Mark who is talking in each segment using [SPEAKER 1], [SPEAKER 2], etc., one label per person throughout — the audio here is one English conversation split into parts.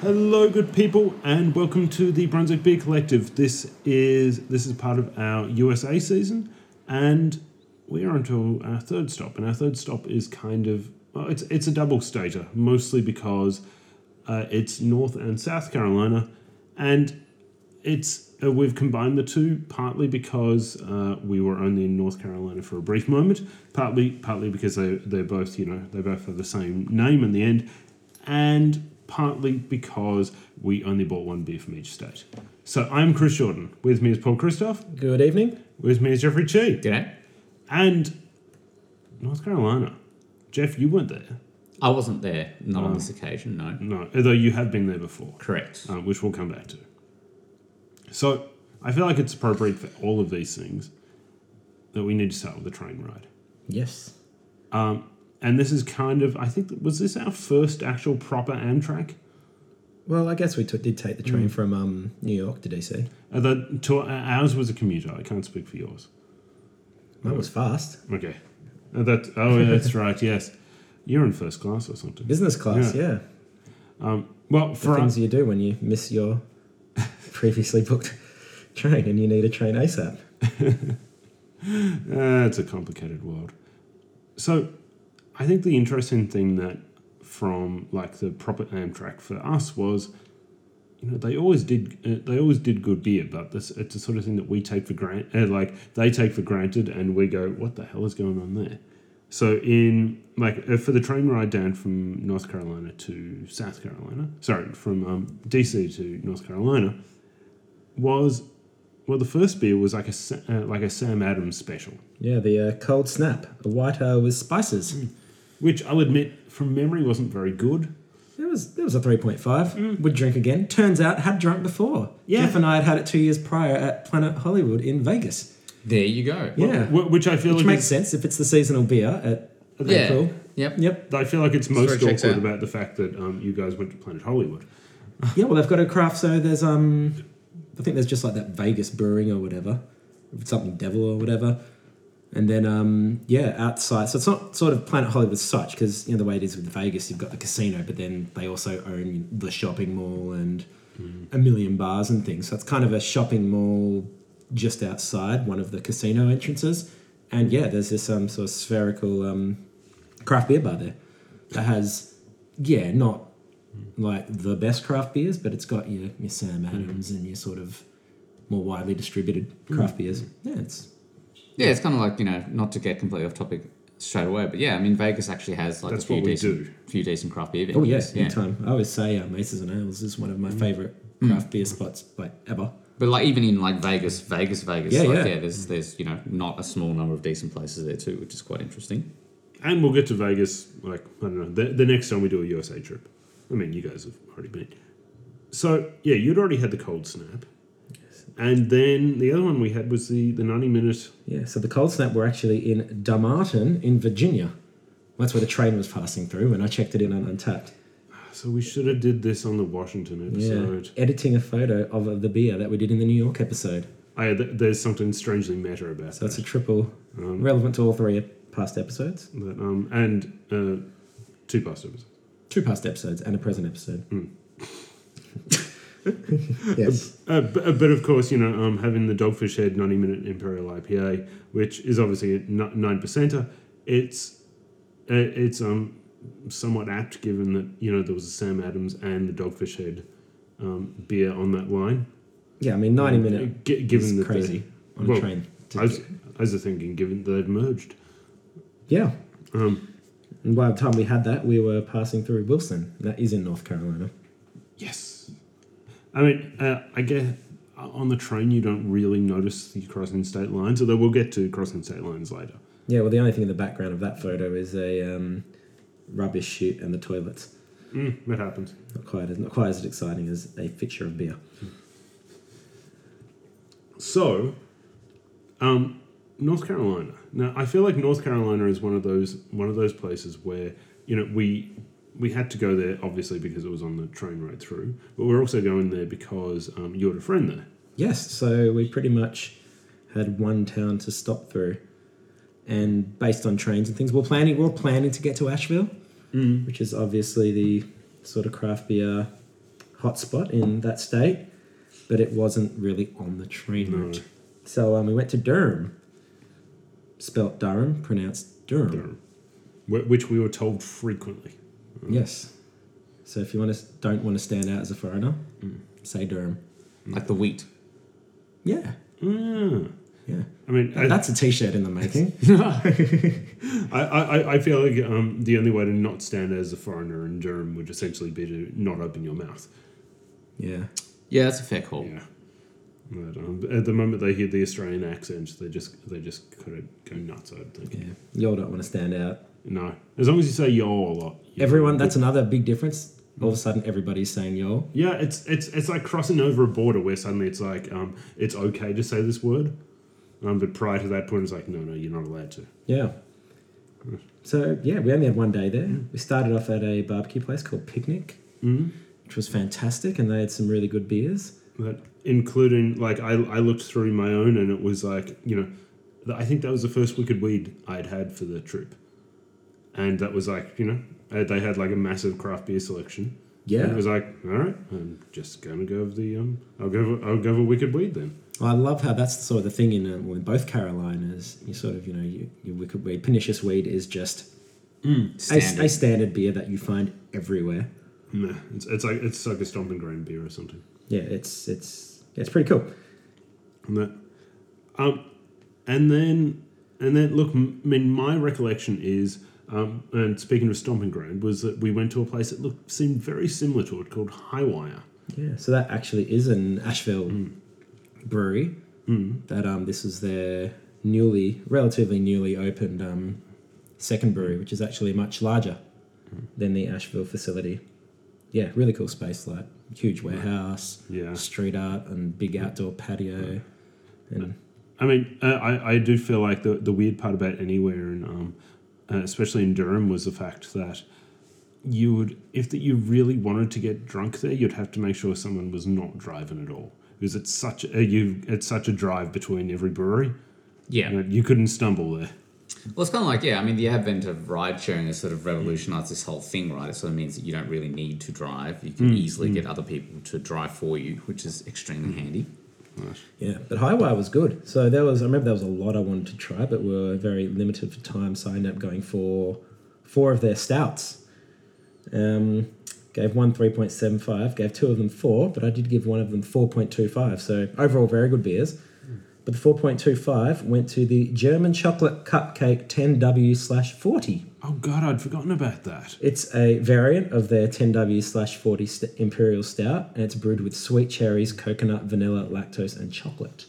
[SPEAKER 1] Hello, good people, and welcome to the Brunswick Beer Collective. This is this is part of our USA season, and we are until our third stop. And our third stop is kind of well, it's it's a double stater, mostly because uh, it's North and South Carolina, and it's uh, we've combined the two partly because uh, we were only in North Carolina for a brief moment, partly partly because they they're both you know they both have the same name in the end, and partly because we only bought one beer from each state. So I'm Chris Jordan. With me is Paul Christoph.
[SPEAKER 2] Good evening.
[SPEAKER 1] With me is Jeffrey Chi.
[SPEAKER 3] G'day.
[SPEAKER 1] And North Carolina. Jeff, you weren't there.
[SPEAKER 3] I wasn't there, not on this occasion, no.
[SPEAKER 1] No, although you have been there before.
[SPEAKER 3] Correct.
[SPEAKER 1] uh, which we'll come back to. So I feel like it's appropriate for all of these things that we need to start with the train ride. Um,
[SPEAKER 2] Yes.
[SPEAKER 1] And this is kind of, I think, was this our first actual proper Amtrak?
[SPEAKER 2] Well, I guess we took did take the
[SPEAKER 1] Mm.
[SPEAKER 2] train from um, New York to DC.
[SPEAKER 1] Although Uh, to, ours was a commuter. I can't speak for yours.
[SPEAKER 2] That was fast.
[SPEAKER 1] Okay. Uh, that, oh, yeah, that's right. Yes. You're in first class or something.
[SPEAKER 2] Business class,
[SPEAKER 1] Yeah.
[SPEAKER 2] yeah.
[SPEAKER 1] Well,
[SPEAKER 2] The
[SPEAKER 1] for us,
[SPEAKER 2] things you do when you miss your previously booked train and you need a train ASAP.
[SPEAKER 1] Uh, it's a complicated world. So, I think the interesting thing that from like the proper Amtrak for us was, you know, they always did uh, they always did good beer, but this it's the sort of thing that we take for granted, uh, like they take for granted, and we go, what the hell is going on there? So in like uh, for the train ride down from North Carolina to South Carolina, sorry, from um, DC to North Carolina, was well the first beer was like a Sa- uh, like a Sam Adams special.
[SPEAKER 2] Yeah, the uh, cold snap, a white ale with
[SPEAKER 1] Mm.
[SPEAKER 2] spices.
[SPEAKER 1] which I'll admit from memory wasn't very good.
[SPEAKER 2] There was there was a three point five. Would drink again. Turns out had drunk before.
[SPEAKER 1] Mm. Yeah.
[SPEAKER 2] Jeff and I had had it two years prior at Planet Hollywood in Vegas.
[SPEAKER 3] There you go.
[SPEAKER 2] Yeah,
[SPEAKER 1] Wh- which I feel
[SPEAKER 2] which
[SPEAKER 1] like
[SPEAKER 2] makes
[SPEAKER 1] makes,
[SPEAKER 2] sense if it's the seasonal beer at
[SPEAKER 3] Yeah.
[SPEAKER 2] April.
[SPEAKER 3] Yep.
[SPEAKER 2] Yep.
[SPEAKER 1] I feel like it's most
[SPEAKER 3] Sorry, checks
[SPEAKER 1] awkward
[SPEAKER 3] out.
[SPEAKER 1] about the fact that um, you guys went to Planet Hollywood.
[SPEAKER 2] Yeah, well, they've got a craft. So there's um, I think there's just like that Vegas brewing or whatever, something devil or whatever, and then um, yeah, outside. So it's not sort of Planet Hollywood as such because you know the way it is with Vegas, you've got the casino, but then they also own the shopping mall and a million bars and things. So it's kind of a shopping mall just outside one of the casino entrances, and yeah, there's this um sort of spherical um craft beer bar there that has yeah not like the best craft beers, but it's got your your Sam Adams and your sort of more widely distributed craft beers. Yeah, it's
[SPEAKER 3] Yeah, it's kind of like, you know, not to get completely off topic straight away, but yeah, I mean, Vegas actually has like
[SPEAKER 1] That's
[SPEAKER 3] a few
[SPEAKER 1] what we
[SPEAKER 3] decent,
[SPEAKER 1] do.
[SPEAKER 3] few decent craft beer venues.
[SPEAKER 2] oh yeah, Mm. big time. I always say uh, Maces and Ales is one of my favorite craft beer spots like ever.
[SPEAKER 3] But like even in like Vegas, Vegas, Vegas,
[SPEAKER 2] Yeah,
[SPEAKER 3] like,
[SPEAKER 2] yeah.
[SPEAKER 3] there's, there's, you know, not a small number of decent places there too, which is quite interesting.
[SPEAKER 1] And we'll get to Vegas, like, I don't know, the, the next time we do a USA trip. I mean, you guys have already been. So, yeah, you'd already had the cold snap. And then the other one we had was the, the 90 minute.
[SPEAKER 2] Yeah, so the cold snap were actually in Dumbarton in Virginia. That's where the train was passing through, and I checked it in on Untapped.
[SPEAKER 1] So we should have did this on the Washington
[SPEAKER 2] Yeah,
[SPEAKER 1] episode.
[SPEAKER 2] editing a photo of the beer that we did in the New York episode.
[SPEAKER 1] I, Oh, th- there's something strangely meta about
[SPEAKER 2] So it's
[SPEAKER 1] that.
[SPEAKER 2] a triple, relevant to all three past episodes,
[SPEAKER 1] That, um, and uh, two past episodes.
[SPEAKER 2] two past episodes, and a present episode.
[SPEAKER 1] Hmm.
[SPEAKER 2] yes.
[SPEAKER 1] Uh, but, but of course, you know, um, having the Dogfish Head 90 minute Imperial IPA, which is obviously a n- nine percenter, it's uh, it's um somewhat apt given that you know there was a Sam Adams and the Dogfish Head um, beer on that line.
[SPEAKER 2] Yeah, I mean, 90 minute
[SPEAKER 1] G-
[SPEAKER 2] is
[SPEAKER 1] given that
[SPEAKER 2] crazy on
[SPEAKER 1] well,
[SPEAKER 2] a train.
[SPEAKER 1] they, I was, I was thinking, given that they've merged.
[SPEAKER 2] yeah.
[SPEAKER 1] Um,
[SPEAKER 2] And by the time we had that, we were passing through Wilson. That is in North Carolina.
[SPEAKER 1] Yes. I mean, uh, I guess uh, on the train you don't really notice the crossing state lines, although we'll get to crossing state lines later.
[SPEAKER 2] Yeah, well, the only thing in the background of that photo is a um, rubbish chute and the toilets.
[SPEAKER 1] Mm, that happens.
[SPEAKER 2] Not quite, as, not quite as exciting as a picture of beer.
[SPEAKER 1] So, um, North Carolina. Now, I feel like North Carolina is one of those one of those places where you know we we had to go there obviously because it was on the train ride through, but we're also going there because um, you had a friend there.
[SPEAKER 2] Yes, so we pretty much had one town to stop through, and based on trains and things, we're planning we're planning to get to Asheville, which is obviously the sort of craft beer hotspot in that state, but it wasn't really on the train
[SPEAKER 1] No.
[SPEAKER 2] route. So um, we went to Durham, spelt Durham, pronounced Durham.
[SPEAKER 1] Durham. Wh- Which we were told frequently.
[SPEAKER 2] Yes. So if you want to don't want to stand out as a foreigner, say Durham.
[SPEAKER 3] Like the wheat.
[SPEAKER 2] Yeah,
[SPEAKER 1] Mm.
[SPEAKER 2] yeah.
[SPEAKER 1] I mean, I-
[SPEAKER 2] That's a T-shirt in the making.
[SPEAKER 1] I, I, I feel like um, the only way to not stand out as a foreigner in Durham would essentially be to not open your mouth.
[SPEAKER 2] yeah.
[SPEAKER 3] Yeah, that's a fair
[SPEAKER 2] Oh.
[SPEAKER 3] call.
[SPEAKER 1] Yeah. But, um, at the moment they hear the Australian accent, they just they just could go nuts. I would think.
[SPEAKER 2] Yeah, y'all don't want to stand out.
[SPEAKER 1] No, as long as you say yo a lot. you-
[SPEAKER 2] Everyone, that's another big difference. All of a sudden, everybody's saying y'all.
[SPEAKER 1] Yeah, it's it's it's like crossing over a border where suddenly it's like um, it's okay to say this word, um, but prior to that point it's like no no you're not allowed to.
[SPEAKER 2] Yeah. So yeah, we only had one day there. We started off at a barbecue place called Picnic,
[SPEAKER 1] Mm.
[SPEAKER 2] which was fantastic, and they had some really good beers.
[SPEAKER 1] But including like I I looked through my own and it was like you know, th- I think that was the first wicked weed I'd had for the trip, and that was like you know uh, they had like a massive craft beer selection. And it was like all right, I'm just gonna go over the um I'll go over, I'll go over wicked weed then.
[SPEAKER 2] Well, I love how that's sort of the thing in, uh, well, in both Carolinas. You sort of you know you, your wicked weed, pernicious weed is just a,
[SPEAKER 3] Standard.
[SPEAKER 2] a standard beer that you find everywhere.
[SPEAKER 1] Nah, it's it's like it's like a stomping ground beer or something.
[SPEAKER 2] Yeah, it's it's it's pretty cool.
[SPEAKER 1] And that, um, and then and then look. m- I mean, my recollection is, um, and speaking of stomping ground, was that we went to a place that looked seemed very similar to it, called Highwire.
[SPEAKER 2] Yeah, so that actually is an Asheville brewery. Mm. That um, this is their newly, relatively newly opened um, second brewery, which is actually much larger than the Asheville facility. Yeah, really cool space, like huge warehouse,
[SPEAKER 1] Yeah.
[SPEAKER 2] street art, and big outdoor patio. And
[SPEAKER 1] I mean, uh, I I do feel like the the weird part about anywhere and um, uh, especially in Durham was the fact that you would if that you really wanted to get drunk there, you'd have to make sure someone was not driving at all because it's such a you it's such a drive between every brewery.
[SPEAKER 3] Yeah.
[SPEAKER 1] You, know, you couldn't stumble there.
[SPEAKER 3] Well, it's kind of like, yeah, I mean, the advent of ride sharing has sort of revolutionized this whole thing, right? It sort of means that you don't really need to drive. You
[SPEAKER 2] Mm,
[SPEAKER 3] can easily get other people to drive for you, which is extremely handy.
[SPEAKER 2] yeah, but Highwire was good. So there was, I remember there was a lot I wanted to try, but we were very limited for time, so I ended up going for four of their stouts. Um, gave one 3.75, gave two of them four, but I did give one of them 4.25. So overall, very good beers. But the 4.25 went to the German Chocolate Cupcake 10W slash 40.
[SPEAKER 1] Oh God, I'd forgotten about that.
[SPEAKER 2] It's a variant of their 10W slash 40 st- Imperial Stout, and it's brewed with sweet cherries, coconut, vanilla, lactose, and chocolate.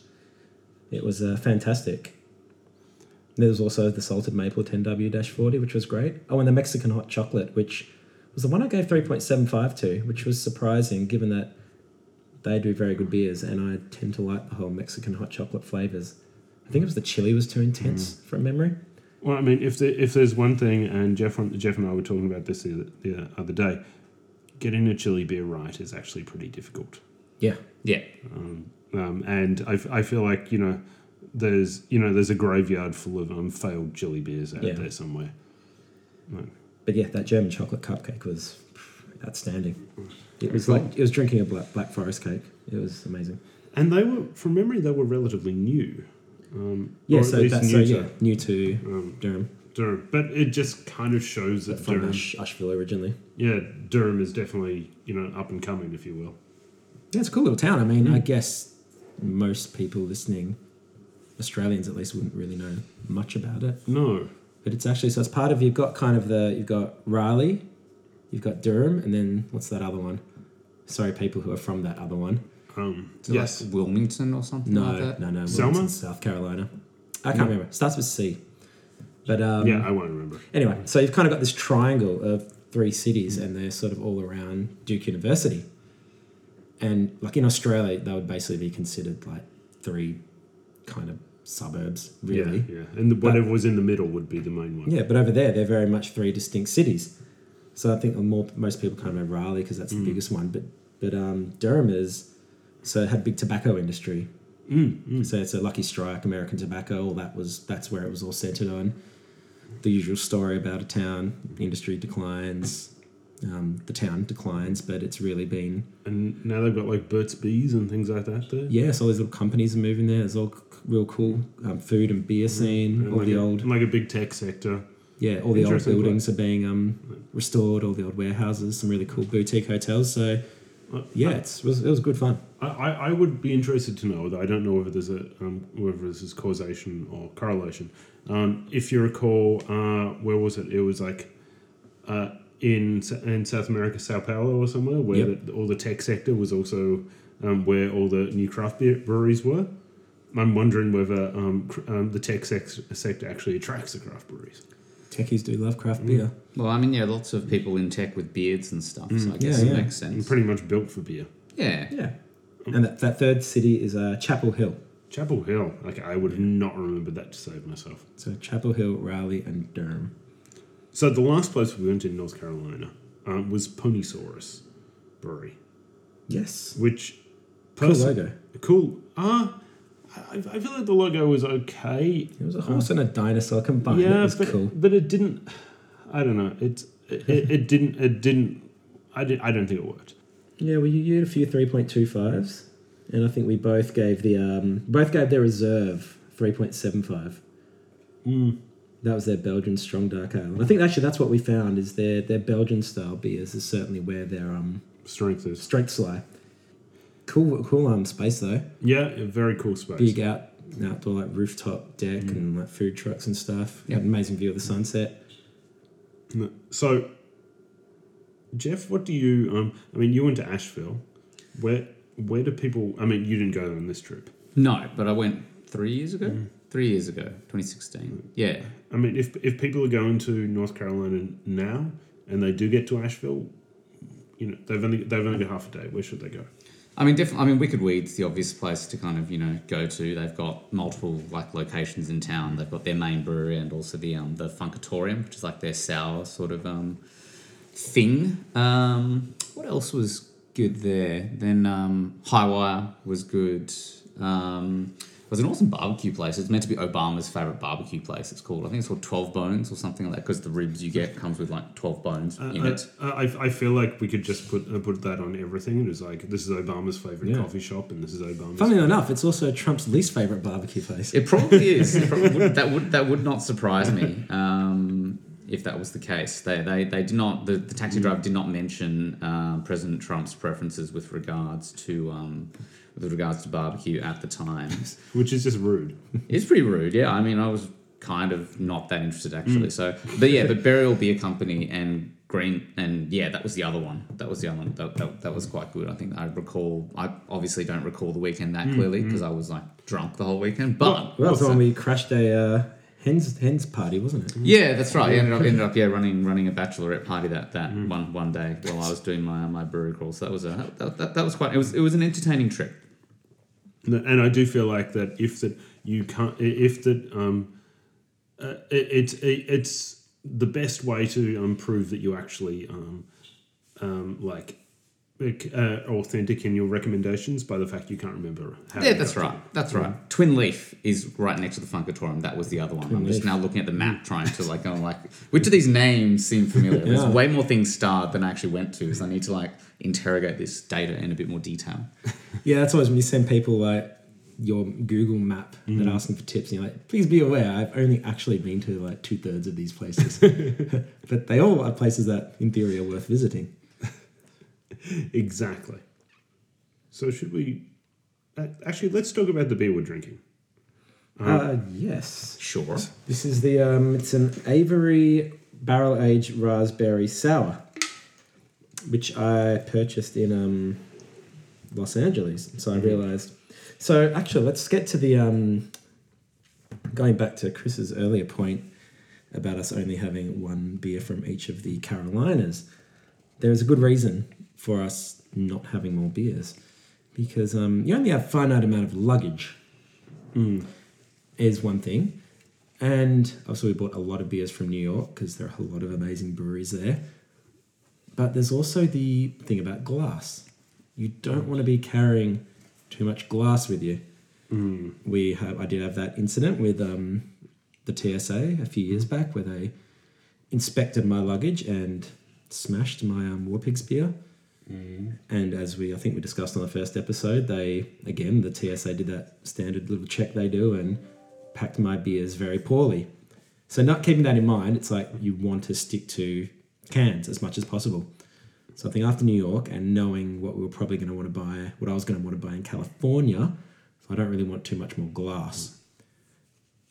[SPEAKER 2] It was uh, fantastic. There was also the salted maple 10W 40, which was great. Oh, and the Mexican hot chocolate, which was the one I gave 3.75 to, which was surprising given that they do very good beers, and I tend to like the whole Mexican hot chocolate flavors. I think it was the chili was too intense from memory.
[SPEAKER 1] Well, I mean, if the, if there's one thing, and Jeff Jeff and I were talking about this the, the other day, getting a chili beer right is actually pretty difficult.
[SPEAKER 2] Yeah.
[SPEAKER 3] Yeah.
[SPEAKER 1] Um, and I, f- I feel like you know there's you know there's a graveyard full of um, failed chili beers out
[SPEAKER 2] Yeah.
[SPEAKER 1] there somewhere. Right.
[SPEAKER 2] But yeah, that German chocolate cupcake was outstanding. It was
[SPEAKER 1] Cool.
[SPEAKER 2] like it was drinking a black, black forest cake. It was amazing.
[SPEAKER 1] And they were from memory they were relatively new. Um,
[SPEAKER 2] Yeah,
[SPEAKER 1] or at
[SPEAKER 2] so
[SPEAKER 1] least
[SPEAKER 2] that's so
[SPEAKER 1] new
[SPEAKER 2] yeah,
[SPEAKER 1] to
[SPEAKER 2] new to
[SPEAKER 1] um,
[SPEAKER 2] Durham,
[SPEAKER 1] Durham, but it just kind of shows
[SPEAKER 2] but
[SPEAKER 1] that
[SPEAKER 2] from
[SPEAKER 1] Durham,
[SPEAKER 2] Ash, Asheville originally.
[SPEAKER 1] yeah, Durham is definitely you know up and coming, if you will.
[SPEAKER 2] Yeah, it's a cool little town. I mean,
[SPEAKER 1] Mm.
[SPEAKER 2] I guess most people listening, Australians at least, wouldn't really know much about it.
[SPEAKER 1] No,
[SPEAKER 2] But it's actually so it's part of you've got kind of the you've got Raleigh, you've got Durham, and then what's that other one? Sorry, people who are from that other one.
[SPEAKER 1] um,
[SPEAKER 3] Is it
[SPEAKER 1] yes,
[SPEAKER 3] Like Wilmington or something
[SPEAKER 2] No,
[SPEAKER 3] like that?
[SPEAKER 2] no, no.
[SPEAKER 1] Selma?
[SPEAKER 2] Wilmington, South Carolina. I can't
[SPEAKER 1] No.
[SPEAKER 2] remember. It starts with C. But um,
[SPEAKER 1] yeah, I won't remember.
[SPEAKER 2] anyway, so you've kind of got this triangle of three cities, and they're sort of all around Duke University. And like in Australia, they would basically be considered like three kind of suburbs, really.
[SPEAKER 1] Yeah, yeah. And the, whatever was in the middle would be the main one.
[SPEAKER 2] Yeah, but over there, they're very much three distinct cities. So I think the more, most people kind of know Raleigh because
[SPEAKER 1] Mm.
[SPEAKER 2] that's the biggest one. But but um, Durham is so it had big tobacco industry.
[SPEAKER 1] Hmm.
[SPEAKER 2] Mm, So it's a Lucky Strike, American Tobacco. All that was that's where it was all centered on. The usual story about a town industry declines, um, the town declines, but it's really been
[SPEAKER 1] And now they've got like Burt's Bees and things like that there.
[SPEAKER 2] yeah. So all these little companies are moving there. It's all c- real cool um, food and beer scene.
[SPEAKER 1] And Mm-hmm.
[SPEAKER 2] All
[SPEAKER 1] like
[SPEAKER 2] the
[SPEAKER 1] a,
[SPEAKER 2] old
[SPEAKER 1] like a big tech sector.
[SPEAKER 2] yeah, all the old
[SPEAKER 1] Interesting
[SPEAKER 2] buildings are being um, restored. All the old warehouses, some really cool boutique hotels. So
[SPEAKER 1] Uh,
[SPEAKER 2] yeah, it's, it, was, it was good fun.
[SPEAKER 1] I, I I would be interested to know, though I don't know whether there's a um, whether this is causation or correlation. Um, if you recall, uh, where was it? It was like uh, in S- in South America, Sao Paulo or somewhere, where
[SPEAKER 2] Yep.
[SPEAKER 1] the, all the tech sector was also um, where all the new craft beer breweries were. I'm wondering whether um, cr- um, the tech sex- sector actually attracts the craft breweries.
[SPEAKER 2] Techies do love craft
[SPEAKER 1] Mm.
[SPEAKER 2] beer.
[SPEAKER 3] Well, I mean, yeah, lots of people in tech with beards and stuff, so I guess
[SPEAKER 2] Mm, yeah,
[SPEAKER 3] it
[SPEAKER 2] yeah.
[SPEAKER 3] makes
[SPEAKER 1] And
[SPEAKER 3] sense.
[SPEAKER 1] pretty much built for beer.
[SPEAKER 3] yeah.
[SPEAKER 2] Yeah, and that, that third city is uh, Chapel Hill.
[SPEAKER 1] Chapel Hill. Like I would have not remembered that to save myself.
[SPEAKER 2] So Chapel Hill, Raleigh, and Durham.
[SPEAKER 1] So the last place we went in North Carolina um, was Ponysaurus Brewery,
[SPEAKER 2] Yes,
[SPEAKER 1] which
[SPEAKER 2] cool
[SPEAKER 1] perso-
[SPEAKER 2] logo.
[SPEAKER 1] Cool. Ah, I, I feel like the logo was okay.
[SPEAKER 2] It was a horse and a dinosaur combined. it was
[SPEAKER 1] but,
[SPEAKER 2] cool.
[SPEAKER 1] but it didn't. I don't know. It it, it didn't. It didn't. I did. I don't think it worked.
[SPEAKER 2] Yeah, well, you you had a few three point two fives, and I think we both gave the um, both gave their reserve three point seven five. Hmm.
[SPEAKER 1] Mm.
[SPEAKER 2] That was their Belgian strong dark ale. And I think actually that's what we found is their their Belgian style beers is certainly where their um,
[SPEAKER 1] Strength is.
[SPEAKER 2] strengths lie. Cool, cool um, space though.
[SPEAKER 1] Yeah, a very cool space.
[SPEAKER 2] Big out outdoor like rooftop deck and like food trucks and stuff.
[SPEAKER 3] Yep.
[SPEAKER 2] Had an amazing view of the sunset.
[SPEAKER 1] No. So, Jeff, what do you? Um, I mean, you went to Asheville. Where where do people? I mean, you didn't go on this trip.
[SPEAKER 3] No, but I went three years ago.
[SPEAKER 2] Mm.
[SPEAKER 3] Three years ago, 2016. Yeah.
[SPEAKER 1] I mean, if if people are going to North Carolina now and they do get to Asheville, you know, they've only they've only got half a day. Where should they go?
[SPEAKER 3] I mean, definitely. I mean, Wicked Weed's the obvious place to kind of you know go to. They've got multiple like locations in town. They've got their main brewery and also the um the Funkatorium, which is like their sour sort of um thing. Um, what else was good there? Then um, Highwire was good. Um, it was an awesome barbecue place. It's meant to be Obama's favorite barbecue place. It's called. I think it's called Twelve Bones or something like that because the ribs you get comes with like twelve bones
[SPEAKER 1] Uh,
[SPEAKER 3] in
[SPEAKER 1] I-
[SPEAKER 3] it.
[SPEAKER 1] I, I, feel like we could just put uh, put that on everything. It is like this is Obama's favorite
[SPEAKER 2] Yeah.
[SPEAKER 1] coffee shop, and this is Obama's.
[SPEAKER 2] Funnily enough, it's also Trump's least favorite barbecue place.
[SPEAKER 3] It probably is. It probably would, that would that would not surprise me um, if that was the case. They they, they did not. The, the
[SPEAKER 2] Hmm.
[SPEAKER 3] taxi driver did not mention uh, President Trump's preferences with regards to um, with regards to barbecue at the time.
[SPEAKER 1] which is just rude.
[SPEAKER 3] it's pretty rude. Yeah, I mean, I was kind of not that interested
[SPEAKER 2] Hmm.
[SPEAKER 3] actually. So, but yeah, but Burial Beer Company and Green and yeah, that was the other one. That was the other one. That, that, that was quite good. I think I recall. I obviously don't recall the weekend that clearly because I was like drunk the whole weekend. But
[SPEAKER 2] Hmm, Well, that was the
[SPEAKER 3] also-
[SPEAKER 2] one we crashed a uh, hens hens party, wasn't it?
[SPEAKER 3] Yeah, that's right. I ended up ended up yeah running running a bachelorette party that that one one day while I was doing my my brewery crawl. So that was a that, that, that was quite it was it was an entertaining trip.
[SPEAKER 1] No, and I do feel like that if that you can't if that um uh, it, it's it, it's the best way to um, prove that you actually um um like like, uh, authentic in your recommendations by the fact you can't remember how
[SPEAKER 3] Yeah,
[SPEAKER 1] you
[SPEAKER 3] that's
[SPEAKER 1] got to
[SPEAKER 3] right. That's right. Twin Leaf is right next to the Funkatorium. That was the other one. I'm just
[SPEAKER 2] Leaf.
[SPEAKER 3] now looking at the map trying to like go like which of these names seem familiar. There's
[SPEAKER 2] Yeah.
[SPEAKER 3] way more things starred than I actually went to, so I need to like interrogate this data in a bit more detail.
[SPEAKER 2] Yeah, that's always when you send people like your Google map that asks them for tips, and you're like, please be aware, I've only actually been to like two thirds of these places, but they all are places that in theory are worth visiting.
[SPEAKER 1] it. Exactly. So should we? Uh, actually, let's talk about the beer we're drinking.
[SPEAKER 2] Uh, yes,
[SPEAKER 3] Sure.
[SPEAKER 2] this is the um, it's an Avery barrel aged raspberry sour, which I purchased in um, Los Angeles. So I realized. So actually, let's get to the um, going back to Chris's earlier point about us only having one beer from each of the Carolinas. There is a good reason for us not having more beers because um, you only have a finite amount of luggage. Is one thing, and also we bought a lot of beers from New York because there are a lot of amazing breweries there. But there's also the thing about glass. You don't want to be carrying too much glass with you. We have, I did have that incident with um, the TSA a few years back where they inspected my luggage and smashed my um, War Pigs beer. And as we, I think we discussed on the first episode, they again the TSA did that standard little check they do and packed my beers very poorly. So not keeping that in mind, it's like you want to stick to cans as much as possible. So I think after New York and knowing what we were probably going to want to buy, what I was going to want to buy in California, so I don't really want too much more glass.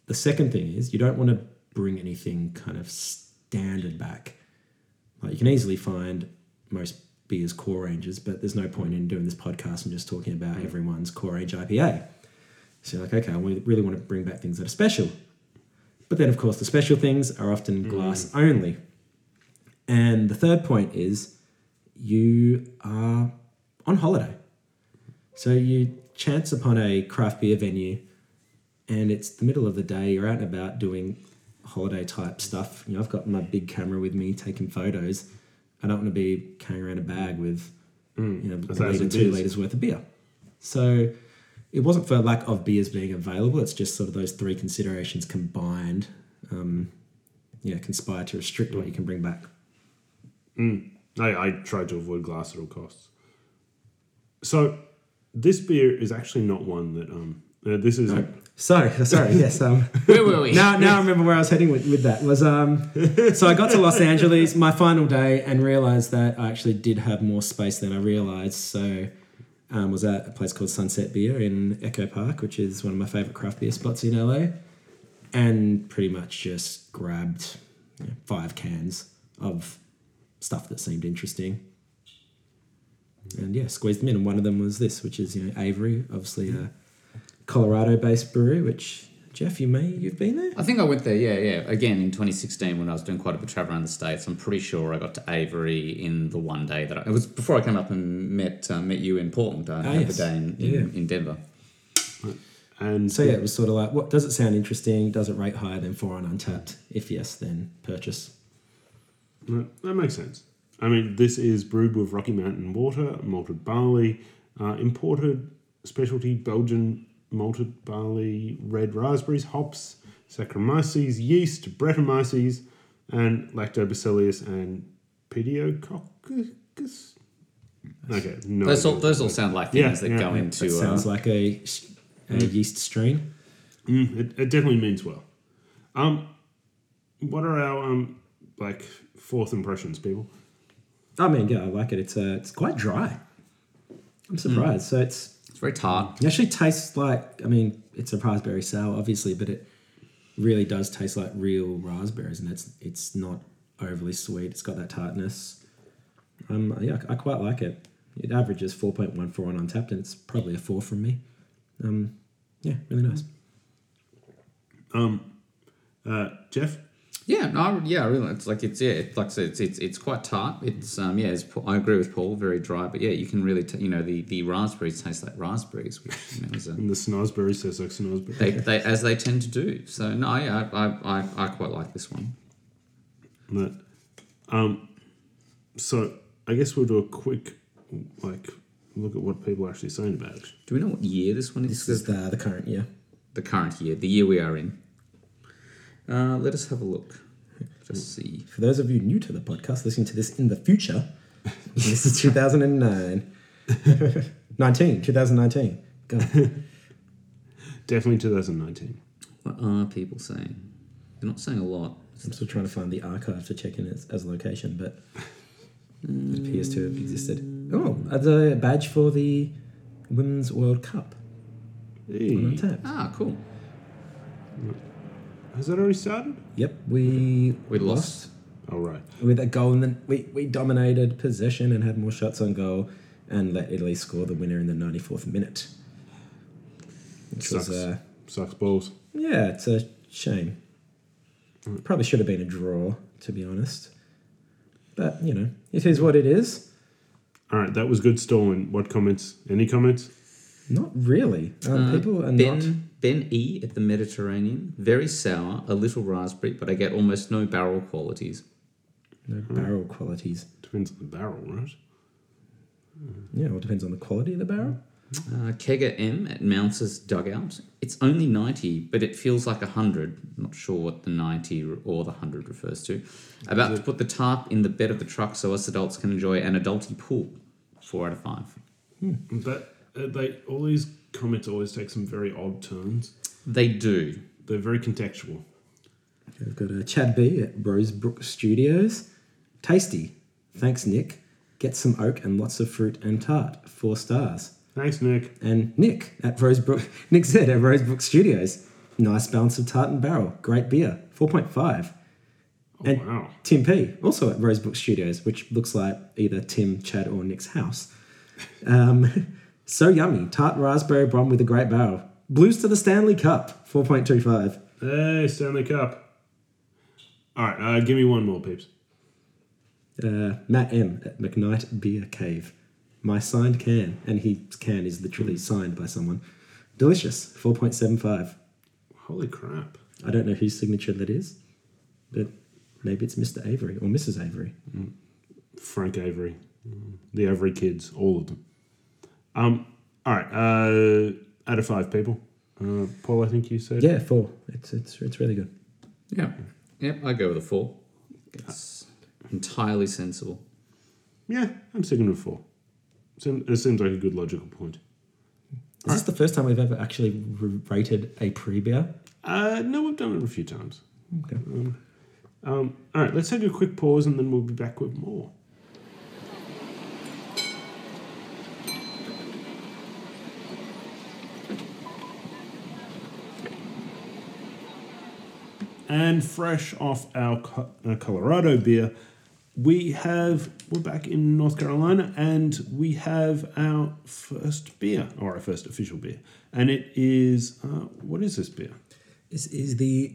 [SPEAKER 2] The second thing is you don't want to bring anything kind of standard back. Like you can easily find most beers core ranges, but there's no point in doing this podcast and just talking about everyone's core age IPA. So you're like, okay, we really want to bring back things that are special. But then, of course, the special things are often glass only. And the third point is you are on holiday. So you chance upon a craft beer venue and it's the middle of the day, you're out and about doing holiday type stuff. You know, I've got my big camera with me taking photos. I don't want to be carrying around a bag with you know, a litre,
[SPEAKER 1] Mm, thousand
[SPEAKER 2] two
[SPEAKER 1] beers.
[SPEAKER 2] litres worth of beer. So it wasn't for lack of beers being available, it's just sort of those three considerations combined, um, yeah, conspire to restrict what you can bring back.
[SPEAKER 1] I, I try to avoid glass at all costs. So this beer is actually not one that um uh, this is
[SPEAKER 2] So, sorry, yes, um,
[SPEAKER 3] Where were we?
[SPEAKER 2] now, now I remember where I was heading with, with that was um so I got to Los Angeles my final day and realized that I actually did have more space than I realized so um, was at a place called Sunset Beer in Echo Park which is one of my favorite craft beer spots in LA and pretty much just grabbed you know, five cans of stuff that seemed interesting and yeah squeezed them in and one of them was this which is you know Avery obviously uh, a Colorado based brewery which Jeff, you may you've been there.
[SPEAKER 3] I think I went there, yeah, yeah. Again, in 2016, when I was doing quite a bit of travel around the states, I'm pretty sure I got to Avery in the one day that I, it was before I came up and met uh, met you in Portland. I
[SPEAKER 2] Ah,
[SPEAKER 3] had
[SPEAKER 2] yes.
[SPEAKER 3] the day in, in,
[SPEAKER 2] Yeah.
[SPEAKER 3] in Denver.
[SPEAKER 1] and
[SPEAKER 2] So yeah, it was sort of like, what does it sound interesting? Does it rate higher than four on Untapped? If yes, then purchase.
[SPEAKER 1] No, that makes sense. I mean, this is brewed with Rocky Mountain water, malted barley, uh, imported specialty Belgian malted barley, red raspberries, hops, Saccharomyces, yeast, Brettanomyces, and Lactobacillus and Pediococcus. Okay, no.
[SPEAKER 3] Those all,
[SPEAKER 1] idea.
[SPEAKER 3] those all sound like things
[SPEAKER 1] Yeah,
[SPEAKER 3] that
[SPEAKER 1] yeah,
[SPEAKER 3] go
[SPEAKER 1] yeah.
[SPEAKER 3] into.
[SPEAKER 2] That sounds
[SPEAKER 3] uh,
[SPEAKER 2] like a, a yeast strain.
[SPEAKER 1] Mm, it, it definitely means well. Um, what are our um like fourth impressions, people?
[SPEAKER 2] I mean, yeah, I like it. It's uh, it's quite dry. I'm surprised. So it's
[SPEAKER 3] it's very tart.
[SPEAKER 2] it actually tastes like. I mean, it's a raspberry sour, obviously, but it really does taste like real raspberries, and it's it's not overly sweet. It's got that tartness. Um, yeah, I quite like it. It averages four point one four on Untapped, and it's probably a four from me. Um, yeah, really nice.
[SPEAKER 1] Uh, Jeff,
[SPEAKER 3] Yeah, no, I- yeah, I really. It's like it's yeah, it's like I said, it's it's it's quite tart. It's um yeah, it's, I agree with Paul, very dry, but yeah, you can really t- you know the the raspberries taste like raspberries, which you know is a
[SPEAKER 1] and the snosberry says like snosberry.
[SPEAKER 3] they, they as they tend to do. So no, yeah, I, I, I, I quite like this one.
[SPEAKER 1] But, um, so I guess we'll do a quick like look at what people are actually saying about it.
[SPEAKER 3] Do we know what year this one is?
[SPEAKER 2] This is the the current year.
[SPEAKER 3] the current year, the year we are in. Uh, let us have a look. Just see.
[SPEAKER 2] For those of you new to the podcast, listening to this in the future, this is 2009. 19, 2019. Go.
[SPEAKER 1] Definitely 2019.
[SPEAKER 3] What are people saying? They're not saying a lot.
[SPEAKER 2] I'm still trying to find the archive to check in as, as a location, but it appears to have existed. Oh, as a badge for the Women's World Cup.
[SPEAKER 1] Hey,
[SPEAKER 2] Untapped.
[SPEAKER 3] Ah, cool.
[SPEAKER 1] has that already started?
[SPEAKER 2] Yep, we
[SPEAKER 3] We lost.
[SPEAKER 1] All right.
[SPEAKER 2] with a goal, and then we, we dominated possession and had more shots on goal, and let Italy score the winner in the 94th minute. Which
[SPEAKER 1] Sucks.
[SPEAKER 2] was uh,
[SPEAKER 1] Sucks balls.
[SPEAKER 2] Yeah, it's a shame. Probably should have been a draw, to be honest. But, you know, it is what it is.
[SPEAKER 1] All right, that was good stalling. What comments? Any comments?
[SPEAKER 2] Not really. Um, people are
[SPEAKER 3] ben,
[SPEAKER 2] not.
[SPEAKER 3] Ben E at the Mediterranean. Very sour, a little raspberry, but I get almost no barrel qualities.
[SPEAKER 2] No barrel qualities.
[SPEAKER 1] Depends on the barrel, right?
[SPEAKER 2] Yeah, well, it depends on the quality of the barrel.
[SPEAKER 3] Uh, Kega M at Mounce's Dugout. It's only 90, but it feels like 100. Not sure what the 90 or the 100 refers to. About to put the tarp in the bed of the truck so us adults can enjoy an adulty pool. Four out of five.
[SPEAKER 1] But uh, they all these comments always take some very odd turns.
[SPEAKER 3] They do.
[SPEAKER 1] They're very contextual.
[SPEAKER 2] We've got uh, Chad B at Rosebrook Studios. Tasty. Thanks, Nick. Get some oak and lots of fruit and tart. Four stars.
[SPEAKER 1] Thanks, Nick.
[SPEAKER 2] And Nick at Rosebrook, Nick Z at Rosebrook Studios. Nice balance of tart and barrel. Great beer. 4.5. and
[SPEAKER 1] wow.
[SPEAKER 2] Tim P, also at Rosebrook Studios, which looks like either Tim, Chad, or Nick's house. Um, so yummy. Tart raspberry brum with a great barrel. Blues to the Stanley Cup. 4.25.
[SPEAKER 1] Hey, Stanley Cup. All right, uh, give me one more, peeps.
[SPEAKER 2] Uh, Matt M at McKnight Beer Cave. My signed can, and his can is literally signed by someone. Delicious, 4.75.
[SPEAKER 1] Holy crap.
[SPEAKER 2] I don't know whose signature that is, but maybe it's Mr. Avery or Mrs. Avery.
[SPEAKER 1] Frank Avery, the Avery kids, all of them. Um, all right, uh, out of five people. Uh, Paul, I think you said.
[SPEAKER 2] Yeah, four. It's it's it's really good.
[SPEAKER 3] Yeah. Yep, I go with a four. It's entirely sensible.
[SPEAKER 1] Yeah, I'm sticking with four. Seem- It seems like a good logical point.
[SPEAKER 2] Is this the first time we've ever actually re- rated a pre beer?
[SPEAKER 1] Uh, no, I've done it a few times.
[SPEAKER 2] Okay.
[SPEAKER 1] Um, all right, let's take a quick pause and then we'll be back with more. And fresh off our Co- uh, Colorado beer, we have we're back in North Carolina and we have our first beer or our first official beer, and it is uh, what is this beer?
[SPEAKER 2] This is the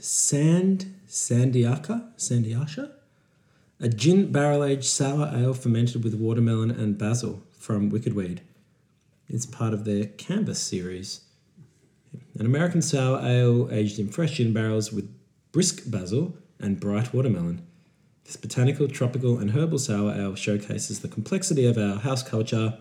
[SPEAKER 2] Sand Sandiaka Sandiasha, a gin barrel aged sour ale fermented with watermelon and basil from Wicked Weed. It's part of their Canvas series, an American sour ale aged in fresh gin barrels with brisk basil and bright watermelon. This botanical, tropical, and herbal sour ale showcases the complexity of our house culture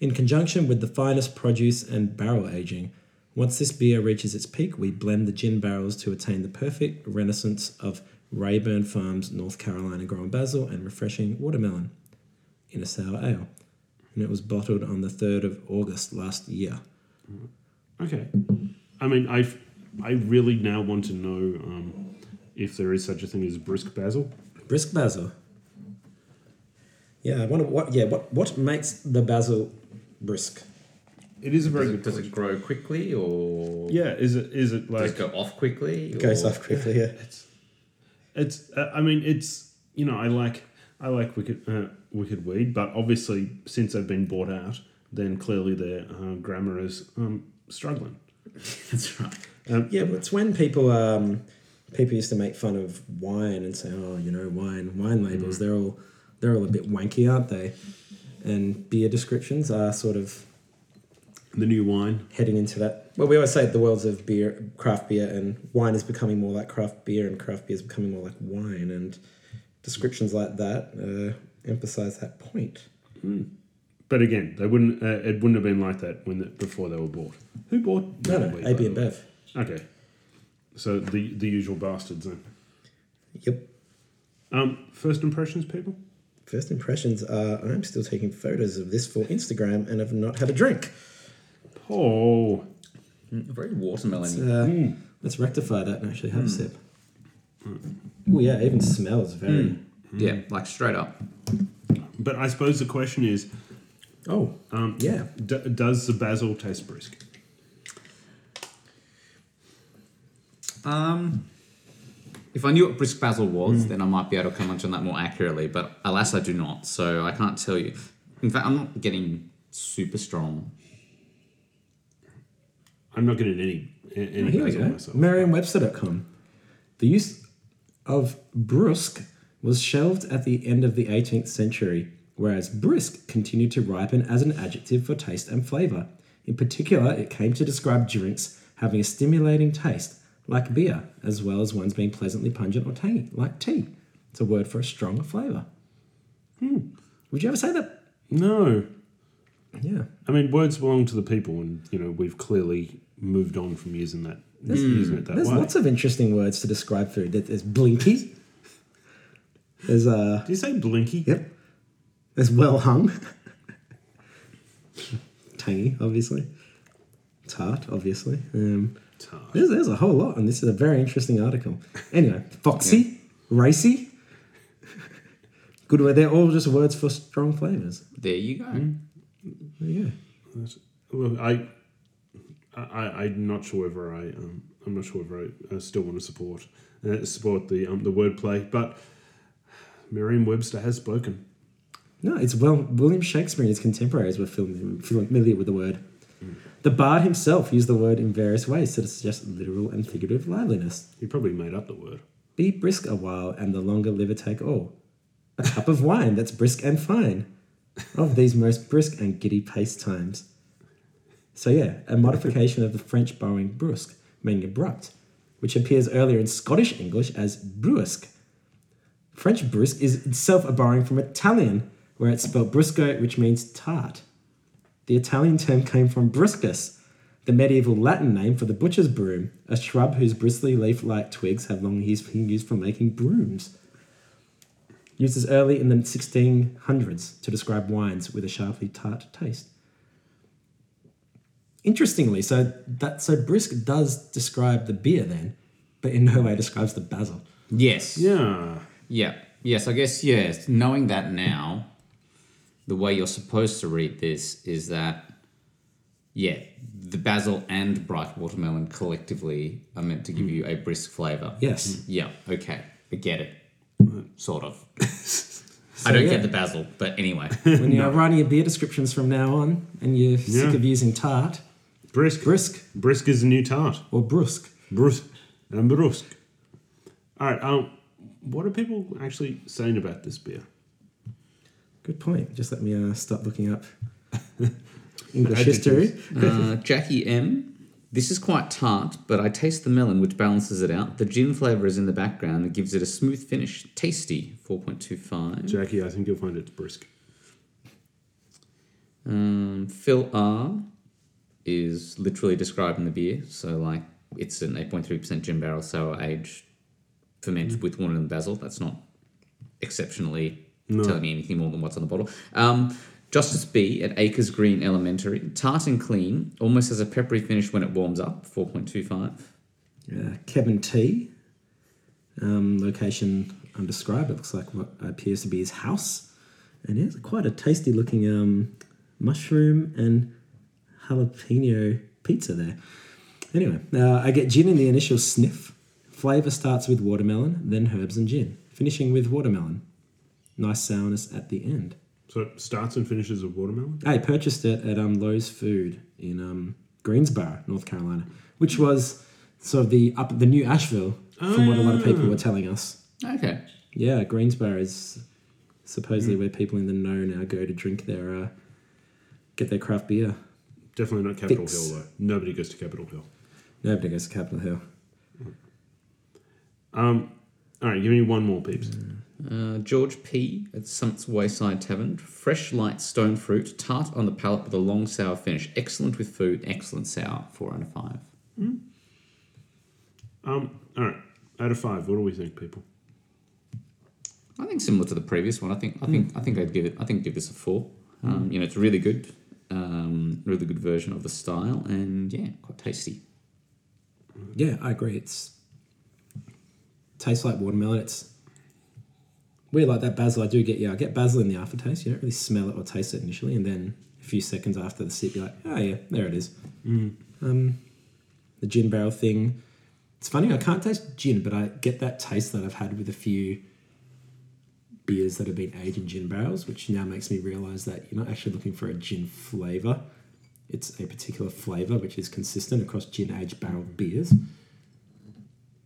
[SPEAKER 2] in conjunction with the finest produce and barrel aging. Once this beer reaches its peak, we blend the gin barrels to attain the perfect renaissance of Rayburn Farms North Carolina grown basil and refreshing watermelon in a sour ale. And it was bottled on the 3rd of August last year.
[SPEAKER 1] Okay. I mean, I I really now want to know um, if there is such a thing as brisk basil.
[SPEAKER 2] Brisk basil. Yeah, I wonder what yeah, what what makes the basil brisk?
[SPEAKER 1] It is a very
[SPEAKER 3] Does
[SPEAKER 1] good.
[SPEAKER 3] it, does it grow quickly or
[SPEAKER 1] yeah. Is it is it
[SPEAKER 3] does it
[SPEAKER 1] like
[SPEAKER 3] go off quickly?
[SPEAKER 2] Goes
[SPEAKER 3] or-
[SPEAKER 2] off quickly, yeah.
[SPEAKER 1] it's it's uh, I mean it's you know I like I like wicked uh, wicked weed, but obviously since they've been bought out, then clearly their uh, grammar is um, struggling.
[SPEAKER 3] That's right.
[SPEAKER 2] Yeah, but it's when people um, people used to make fun of wine and say, "Oh, you know, wine wine labels they're all they're all a bit wanky, aren't they?" And beer descriptions are sort of
[SPEAKER 1] The new wine.
[SPEAKER 2] heading into that. Well, we always say the worlds of beer, craft beer, and wine is becoming more like craft beer, and craft beer is becoming more like wine, and descriptions like that uh, emphasize that point.
[SPEAKER 1] But again, they wouldn't. Uh, it wouldn't have been like that when the, before they were bought. Who bought?
[SPEAKER 2] No,
[SPEAKER 1] Wicked
[SPEAKER 2] no,
[SPEAKER 1] Weed,
[SPEAKER 2] AB
[SPEAKER 1] by
[SPEAKER 2] and
[SPEAKER 1] the way?
[SPEAKER 2] Bev.
[SPEAKER 1] Okay, so the the usual bastards then.
[SPEAKER 2] Yep.
[SPEAKER 1] Um, first impressions, people.
[SPEAKER 2] First impressions are I'm still taking photos of this for Instagram and have not had a drink.
[SPEAKER 1] Paul.
[SPEAKER 3] Mm, Very watermelon.
[SPEAKER 2] Uh, Let's rectify that and actually have a sip. Oh yeah, it even smells very.
[SPEAKER 1] uh,
[SPEAKER 3] Yeah, like straight up.
[SPEAKER 1] But I suppose the question is,
[SPEAKER 2] Oh,
[SPEAKER 1] um,
[SPEAKER 2] yeah.
[SPEAKER 1] d- does the basil taste brisk?
[SPEAKER 3] Um, if I knew what brisk basil
[SPEAKER 1] Mm.
[SPEAKER 3] was, then I might be able to comment on that more accurately. But alas, I do not, so I can't tell you. In fact, I'm not getting super strong.
[SPEAKER 1] I'm not getting any a- any
[SPEAKER 2] Here we
[SPEAKER 1] basil
[SPEAKER 2] go.
[SPEAKER 1] myself.
[SPEAKER 2] Merriam-Webster.com. The use of brusque was shelved at the end of the 18th century, whereas brisk continued to ripen as an adjective for taste and flavor. In particular, it came to describe drinks having a stimulating taste, like beer, as well as ones being pleasantly pungent or tangy, like tea. It's a word for a strong flavor. Hmm. Would you ever say that
[SPEAKER 1] No,
[SPEAKER 2] Yeah.
[SPEAKER 1] I mean, words belong to the people, and you know we've clearly moved on from using that using it that
[SPEAKER 2] There's
[SPEAKER 1] way.
[SPEAKER 2] lots of interesting words to describe food. There- There's blinky. There's uh
[SPEAKER 1] Do you say blinky?
[SPEAKER 2] yep. There's well hung. Tangy, obviously. Tart, obviously. Um,
[SPEAKER 1] Tart.
[SPEAKER 2] there's, there's a whole lot, and this is a very interesting article. Anyway, foxy, racy. Good word. They're all just words for strong flavors.
[SPEAKER 3] There you go.
[SPEAKER 1] Mm.
[SPEAKER 2] Yeah.
[SPEAKER 1] That's- Look, I, I, I- I'm not sure whether I, um, I'm not sure whether I, I still want to support, uh, support the um, the wordplay, but Merriam-Webster has spoken.
[SPEAKER 2] No, it's well. William Shakespeare and his contemporaries were fam- familiar with the word. The bard himself used the word in various ways to suggest literal and figurative liveliness.
[SPEAKER 1] He probably made up the word.
[SPEAKER 2] Be brisk a while, and the longer liver take all. Oh, A cup of wine that's brisk and fine, of these most brisk and giddy pace times. So yeah, a modification of the French borrowing brusque, meaning abrupt, which appears earlier in Scottish English as brusque. French brusque is itself a borrowing from Italian, where it's spelled brusco, which means tart. The Italian term came from briscus, the medieval Latin name for the butcher's broom, a shrub whose bristly leaf like twigs have long years been used for making brooms. Used as early in the 1600s to describe wines with a sharply tart taste. Interestingly, so that so brisk does describe the beer then, but in no way describes the basil.
[SPEAKER 3] Yes.
[SPEAKER 1] Yeah,
[SPEAKER 3] Yeah. Yes, I guess, yes. Knowing that now, the way you're supposed to read this is that, yeah, the basil and bright watermelon collectively are meant to
[SPEAKER 2] Mm.
[SPEAKER 3] give you a brisk flavour.
[SPEAKER 2] Yes.
[SPEAKER 3] Yeah, okay. I get it. Sort of.
[SPEAKER 2] Mm. So,
[SPEAKER 3] I don't
[SPEAKER 2] yeah.
[SPEAKER 3] get the basil, but anyway.
[SPEAKER 2] when you're writing your beer descriptions from now on and you're sick
[SPEAKER 1] Yeah.
[SPEAKER 2] of using tart,
[SPEAKER 1] brisk.
[SPEAKER 2] brisk
[SPEAKER 1] Brisk is a new tart.
[SPEAKER 2] or brusque.
[SPEAKER 1] Brusk and brusk. All right. Um, what are people actually saying about this beer?
[SPEAKER 2] Good point. Just let me uh, start looking up English history.
[SPEAKER 3] Uh, Jackie M. This is quite tart, but I taste the melon, which balances it out. The gin flavour is in the background and gives it a smooth finish. Tasty, 4.25.
[SPEAKER 1] Jackie, I think you'll find it's brisk.
[SPEAKER 3] Um, Phil R. is literally describing the beer. So, like, it's an 8.3% gin barrel sour aged, fermented with water and basil. That's not exceptionally telling me anything more than what's on the bottle. Um, Justice B at Acres Green Elementary. Tart and clean, almost has a peppery finish when it warms up, 4.25.
[SPEAKER 2] Uh, Kevin T. Um, location undescribed. It looks like what appears to be his house. And it's quite a tasty looking um, mushroom and jalapeno pizza there. Anyway, uh, I get gin in the initial sniff. Flavour starts with watermelon, then herbs and gin, finishing with watermelon. Nice sourness at the end.
[SPEAKER 1] So it starts and finishes with watermelon.
[SPEAKER 2] I purchased it at um, Lowe's Food in um, Greensboro, North Carolina, which was sort of the up the new Asheville, from what a lot of people were telling us.
[SPEAKER 3] Okay.
[SPEAKER 2] Yeah, Greensboro is supposedly where people in the know now go to drink their uh, get their craft beer.
[SPEAKER 1] Definitely not Capitol
[SPEAKER 2] Fix.
[SPEAKER 1] Hill though. Nobody goes to Capitol Hill.
[SPEAKER 2] Nobody goes to Capitol Hill.
[SPEAKER 1] Um, all right, give me one more, peeps.
[SPEAKER 3] Uh, George P. at Sunt's Wayside Tavern. Fresh, light stone fruit, tart on the palate with a long sour finish. Excellent with food, excellent sour. Four out of five.
[SPEAKER 1] Um, all right, out of five, what do we think, people?
[SPEAKER 3] I think similar to the previous one. I think I think I think I'd give it. I think give this a four.
[SPEAKER 2] Hmm.
[SPEAKER 3] Um, you know, it's really good, um, really good version of the style, and yeah, quite tasty.
[SPEAKER 2] Yeah, I agree. It's tastes like watermelon. It's weird, like that basil. I do get yeah, I get basil in the aftertaste. You don't really smell it or taste it initially, and then a few seconds after the sip, you're like, oh yeah, there it is. Um, the gin barrel thing. It's funny. I can't taste gin, but I get that taste that I've had with a few beers that have been aged in gin barrels, which now makes me realize that you're not actually looking for a gin flavor. It's a particular flavor which is consistent across gin aged barrel beers,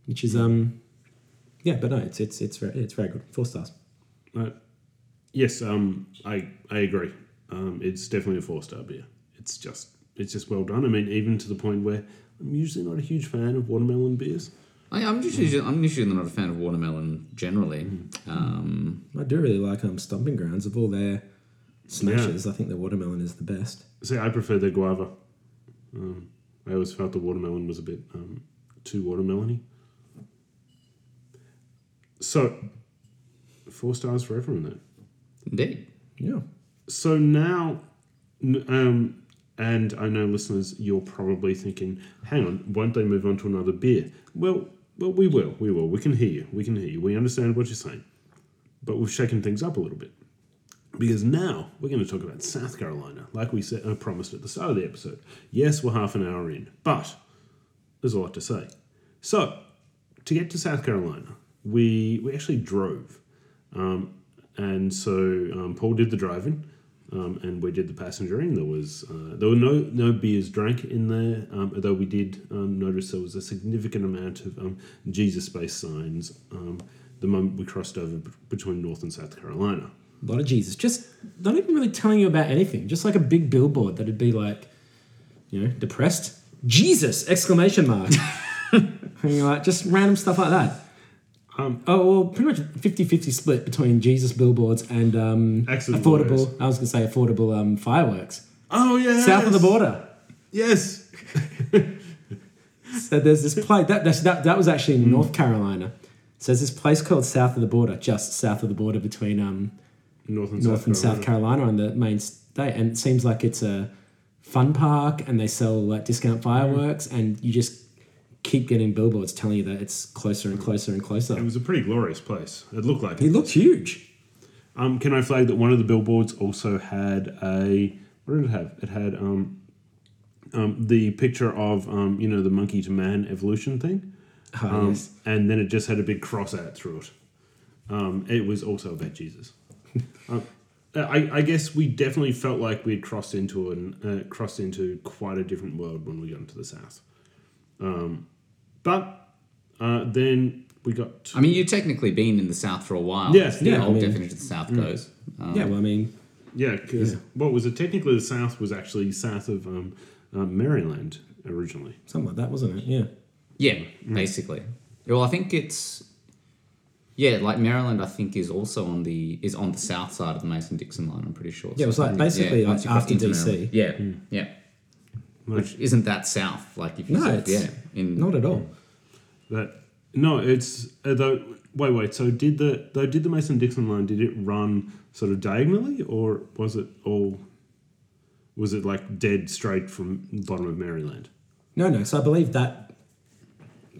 [SPEAKER 2] which is um, yeah, but no, it's it's it's very it's very good. Four stars.
[SPEAKER 1] Uh, yes, um, I I agree. Um, it's definitely a four star beer. It's just it's just well done. I mean, even to the point where I'm usually not a huge fan of watermelon beers.
[SPEAKER 3] I, I'm
[SPEAKER 2] Hmm.
[SPEAKER 3] usually I'm usually not a fan of watermelon generally. Um,
[SPEAKER 2] I do really like um Stomping Grounds of all their smashes. I think the watermelon is the best.
[SPEAKER 1] See, I prefer their guava. Um, I always felt the watermelon was a bit um, too watermelony. So, four stars for everyone there.
[SPEAKER 3] Indeed.
[SPEAKER 2] Yeah.
[SPEAKER 1] So now, n- um, and I know listeners, you're probably thinking, hang on, won't they move on to another beer? Well, well, we will, we will. We can hear you, we can hear you. We understand what you're saying. But we've shaken things up a little bit. Because now we're going to talk about South Carolina, like we said, uh, promised at the start of the episode. Yes, we're half an hour in, but there's a lot to say. So, to get to South Carolina, we, we actually drove. Um, and so um, Paul did the driving, um, and we did the passengering. There was uh, there were no no beers drank in there, um, although we did um, notice there was a significant amount of um, Jesus space signs um, the moment we crossed over b- between North and South Carolina.
[SPEAKER 2] A lot of Jesus. Just not even really telling you about anything. Just like a big billboard that'd be like, you know, depressed. Jesus! Exclamation mark. and you're like, just random stuff like that.
[SPEAKER 1] Um,
[SPEAKER 2] oh, well, pretty much 50 50 split between Jesus billboards and um,
[SPEAKER 1] Accident
[SPEAKER 2] affordable,
[SPEAKER 1] lawyers.
[SPEAKER 2] I was going to say affordable um, fireworks.
[SPEAKER 1] Oh yeah,
[SPEAKER 2] South of the border.
[SPEAKER 1] Yes,
[SPEAKER 2] So there's this place that that's, that that was actually in North Carolina. So there's this place called South of the Border, just south of the border between um,
[SPEAKER 1] North and
[SPEAKER 2] North
[SPEAKER 1] South
[SPEAKER 2] and South Carolina on the main state, and it seems like it's a fun park, and they sell like discount fireworks, and you just keep getting billboards telling you that it's closer and closer and
[SPEAKER 1] It
[SPEAKER 2] closer.
[SPEAKER 1] was a pretty glorious place. It looked like
[SPEAKER 2] It looked huge.
[SPEAKER 1] Um, can I flag that one of the billboards also had a what did it have? It had um, um, the picture of um, you know the monkey to man evolution thing,
[SPEAKER 2] Ah,
[SPEAKER 1] um,
[SPEAKER 2] yes.
[SPEAKER 1] and then it just had a big cross out through it. Um, it was also about Jesus. um, I, I guess we definitely felt like we'd crossed into an uh, crossed into quite a different world when we got into the south. Um, but uh, then we got to,
[SPEAKER 3] I mean, you've technically been in the South for a while.
[SPEAKER 1] Yeah,
[SPEAKER 3] It's the
[SPEAKER 2] yeah, I
[SPEAKER 3] old
[SPEAKER 2] mean- hmm.
[SPEAKER 3] definition of the South goes. Um,
[SPEAKER 2] Yeah, well, I mean,
[SPEAKER 1] Yeah, because what was it? Technically, the South was actually south of um, uh, Maryland originally.
[SPEAKER 2] something like that, wasn't it? Yeah.
[SPEAKER 3] Yeah,
[SPEAKER 2] Mm.
[SPEAKER 3] basically. Well, I think it's yeah, like Maryland. I think is also on the is on the south side of the Mason Dixon line. I'm pretty sure.
[SPEAKER 2] Yeah, it was like
[SPEAKER 3] Yeah,
[SPEAKER 2] basically like
[SPEAKER 3] once you cross
[SPEAKER 2] after Mm.
[SPEAKER 3] into
[SPEAKER 2] DC.
[SPEAKER 3] Maryland. Yeah, yeah. Which isn't that south? Like if you
[SPEAKER 2] No,
[SPEAKER 3] sort of-
[SPEAKER 2] it's
[SPEAKER 3] yeah, in
[SPEAKER 2] Not at all.
[SPEAKER 1] That no, it's uh, though. Wait, wait. So did the though did the Mason Dixon line? Did it run sort of diagonally, or was it all? Was it like dead straight from the bottom of Maryland?
[SPEAKER 2] No, no. So I believe that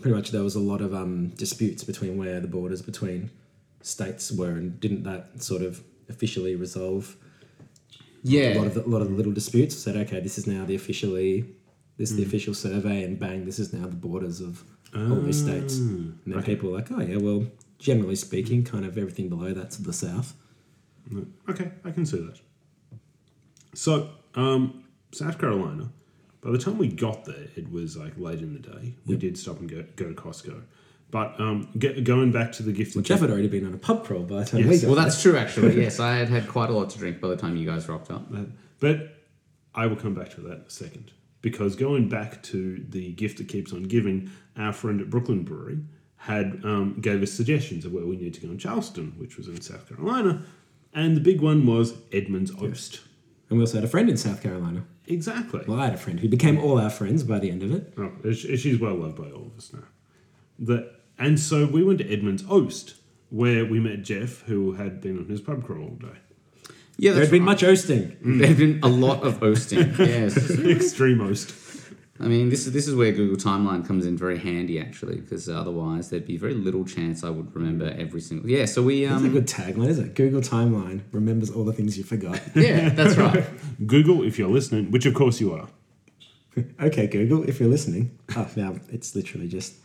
[SPEAKER 2] pretty much there was a lot of um, disputes between where the borders between states were, and didn't that sort of officially resolve
[SPEAKER 3] yeah.
[SPEAKER 2] a lot of the, a lot of the little disputes? Said, okay, this is now the officially this is
[SPEAKER 3] Mm.
[SPEAKER 2] the official survey, and bang, this is now the borders of all
[SPEAKER 3] Ah,
[SPEAKER 2] these states. And then people were like, oh yeah, well, generally speaking, kind of everything below that's the south.
[SPEAKER 1] No. Okay, I can see that. So, um, South Carolina, by the time we got there, it was like late in the day. We did stop and go, go to Costco. But um, ge- going back to the gift and
[SPEAKER 2] Jeff had already been on a pub crawl by the time we
[SPEAKER 1] Yes.
[SPEAKER 2] got
[SPEAKER 3] well,
[SPEAKER 2] there.
[SPEAKER 3] that's true actually. Yes, I had had quite a lot to drink by the time you guys rocked up.
[SPEAKER 1] Uh, But I will come back to that in a second. Because going back to the gift that keeps on giving, our friend at Brooklyn Brewery had um, gave us suggestions of where we need to go in Charleston, which was in South Carolina, and the big one was Edmunds Oast.
[SPEAKER 2] and we also had a friend in South Carolina.
[SPEAKER 1] Exactly.
[SPEAKER 2] Well, I had a friend who became all our friends by the end of it.
[SPEAKER 1] Oh, uh, she- she's well loved by all of us now. The, and so we went to Edmunds Oast, where we met Jeff, who had been on his pub crawl all day.
[SPEAKER 3] Yeah,
[SPEAKER 2] There had been much oasting.
[SPEAKER 3] There had been a lot of hosting. yes.
[SPEAKER 1] Extreme Oast.
[SPEAKER 3] I mean, this is this is where Google Timeline comes in very handy, actually, because otherwise there'd be very little chance I would remember every single. Yeah, so we.
[SPEAKER 2] That's a
[SPEAKER 3] Um,
[SPEAKER 2] good tagline, is it? Google timeline remembers all the things you forgot.
[SPEAKER 3] yeah, that's right.
[SPEAKER 1] Google, if you're listening, which of course you are.
[SPEAKER 2] okay, Google, if you're listening. Oh, now it's literally just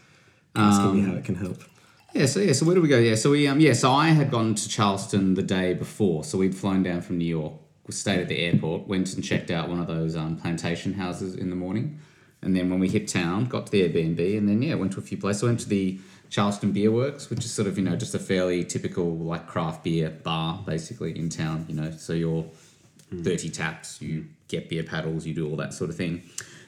[SPEAKER 2] asking me how it can help.
[SPEAKER 3] Yeah, so yeah, so where do we go? Yeah, so we um yeah, so I had gone to Charleston the day before, so we'd flown down from New York, we stayed at the airport, went and checked out one of those um, plantation houses in the morning, and then when we hit town, got to the Airbnb, and then yeah, went to a few places. I went to the Charleston Beer Works, which is sort of you know just a fairly typical like craft beer bar basically in town, you know. So you're
[SPEAKER 1] Mm.
[SPEAKER 3] 30 taps, you get beer paddles, you do all that sort of thing.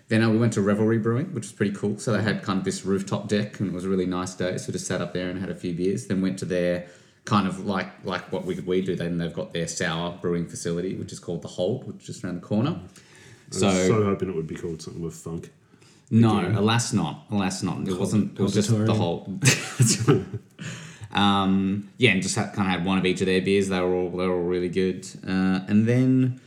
[SPEAKER 3] Then uh, we went to Revelry Brewing, which was pretty cool. So they had kind of this rooftop deck and it was a really nice day. So just sat up there and had a few beers. Then went to their kind of like like what Wicked Weed do. Then they've got their sour brewing facility, which is called the Hold, which is just around the corner.
[SPEAKER 1] I was so hoping it would be called something with funk.
[SPEAKER 3] No, alas not. Alas not. It wasn't. It was just the
[SPEAKER 2] Conditorium.
[SPEAKER 3] whole. um, yeah, and just had, kind of had one of each of their beers. They were all they were all really good. Uh, and then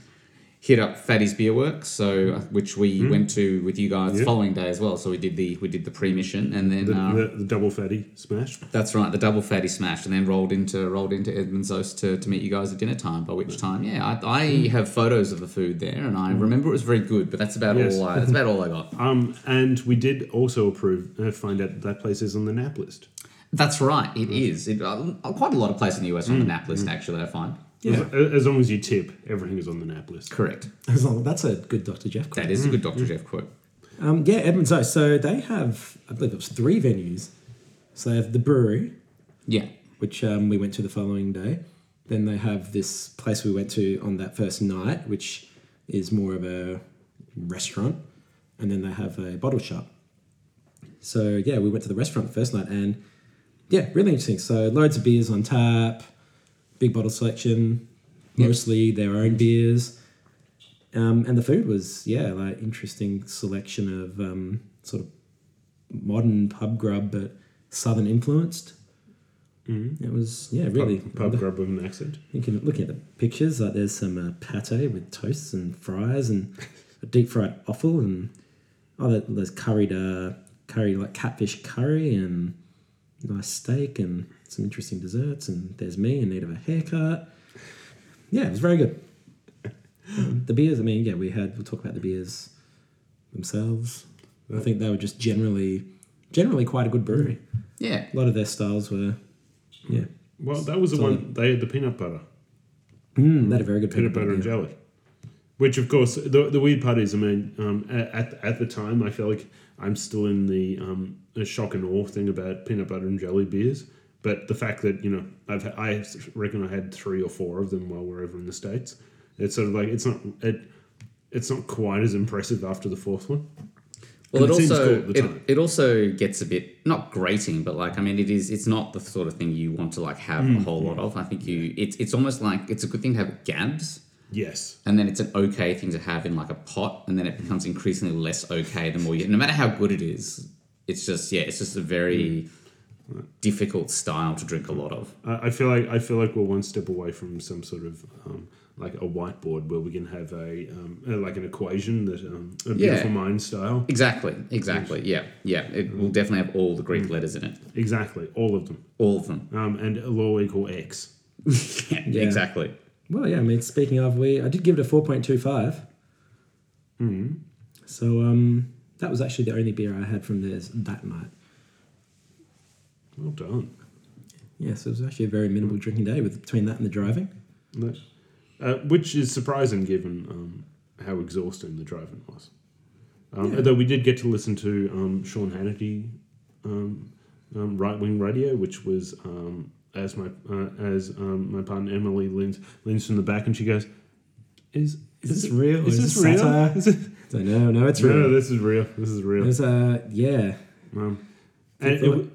[SPEAKER 3] hit up Fatty's Beer Works, so uh, which we went to with you guys the
[SPEAKER 1] Hmm? Yeah.
[SPEAKER 3] following day as well. So we did the we did the pre mission, and then
[SPEAKER 1] The,
[SPEAKER 3] uh,
[SPEAKER 1] the, the double fatty smash.
[SPEAKER 3] that's right, the double fatty smash, and then rolled into rolled into Edmunds Oast to, to meet you guys at dinner time. By which time, yeah, I, I
[SPEAKER 1] Hmm.
[SPEAKER 3] have photos of the food there, and I remember it was very good. But that's about
[SPEAKER 1] Yes.
[SPEAKER 3] all. I, that's about all I got.
[SPEAKER 1] Um, and we did also approve uh, find out that that place is on the nap list.
[SPEAKER 3] That's right, Mm. it is. It, uh, quite a lot of places in the US on the nap list, actually, I find.
[SPEAKER 1] Yeah. As, as long as you tip, everything is on the nap list.
[SPEAKER 3] Correct. Mm.
[SPEAKER 2] As long- That's a good Dr. Jeff quote.
[SPEAKER 3] That is a good Dr. Jeff quote.
[SPEAKER 2] Um, yeah, Edmonds Oast. So they have, I believe it was three venues. So they have the brewery,
[SPEAKER 3] Yeah.
[SPEAKER 2] which um, we went to the following day. Then they have this place we went to on that first night, which is more of a restaurant. And then they have a bottle shop. So yeah, we went to the restaurant the first night and yeah, really interesting. So loads of beers on tap, big bottle selection, mostly their own beers. Um, and the food was, yeah, like interesting selection of um, sort of modern pub grub but southern influenced. It was yeah, really
[SPEAKER 1] Pub, Mm-hmm. pub grub with an accent.
[SPEAKER 2] you can look at the pictures. Like there's some uh, pate with toasts and fries and a deep fried offal and oh, there- there's curried uh, curry like catfish curry and nice steak and some interesting desserts. And there's me in need of a haircut. Yeah, it was very good. Um, the beers, I mean, yeah, we had. We'll talk about the beers themselves. I think they were just generally, generally quite a good brewery.
[SPEAKER 3] Yeah.
[SPEAKER 2] A lot of their styles were, yeah,
[SPEAKER 1] Well, that was the one they had the peanut butter,
[SPEAKER 2] Mm, they had a very good
[SPEAKER 1] peanut butter and jelly, which of course the, the weird part is. I mean, um, a- at at the time, I feel like I'm still in the um, the shock and awe thing about peanut butter and jelly beers. But the fact that you know, I've I reckon I had three or four of them while we are over in the states. It's sort of like it's not it, it's not quite as impressive after the fourth one.
[SPEAKER 3] Well, it,
[SPEAKER 1] And it seems
[SPEAKER 3] also
[SPEAKER 1] cool at the
[SPEAKER 3] it,
[SPEAKER 1] time.
[SPEAKER 3] it also gets a bit not grating, but like I mean, it is it's not the sort of thing you want to like have
[SPEAKER 1] Mm.
[SPEAKER 3] a whole lot of. I think you it's it's almost like it's a good thing to have at gabs,
[SPEAKER 1] Yes,
[SPEAKER 3] and then it's an okay thing to have in like a pot, and then it
[SPEAKER 1] Mm.
[SPEAKER 3] becomes increasingly less okay the more you. No matter how good it is, it's just yeah, it's just a very
[SPEAKER 1] Mm.
[SPEAKER 3] difficult style to drink a lot of.
[SPEAKER 1] I I feel like I feel like we're one step away from some sort of um, like a whiteboard where we can have a um, uh, like an equation that um, a beautiful mind style.
[SPEAKER 3] Exactly, exactly. Yeah, yeah. It will definitely have all the Greek letters in it,
[SPEAKER 1] Exactly, all of them,
[SPEAKER 3] all of them.
[SPEAKER 1] um, and it'll all equal x.
[SPEAKER 3] Yeah, Exactly.
[SPEAKER 2] Well, yeah. I mean, speaking of, we I did give it a four point two five.
[SPEAKER 1] Hmm.
[SPEAKER 2] So um, that was actually the only beer I had from theirs that night.
[SPEAKER 1] Well done.
[SPEAKER 2] Yeah, so it was actually a very minimal
[SPEAKER 1] Hmm.
[SPEAKER 2] drinking day with between that and the driving.
[SPEAKER 1] That- Uh, which is surprising given um, how exhausting the driving was. Um, Although we did get to listen to um, Sean Hannity um, um, right wing radio, which was um, as my uh, as um, my partner Emily leans leans from the back and she goes, "Is
[SPEAKER 2] Is this real?
[SPEAKER 1] Is, this
[SPEAKER 2] Is this
[SPEAKER 1] real?
[SPEAKER 2] satire?
[SPEAKER 1] Is it,
[SPEAKER 2] So no, no, it's
[SPEAKER 1] no, no,
[SPEAKER 2] real.
[SPEAKER 1] this is real. This is
[SPEAKER 2] It
[SPEAKER 1] real."
[SPEAKER 2] was uh, yeah.
[SPEAKER 1] Um, and it,
[SPEAKER 2] thought-
[SPEAKER 1] w-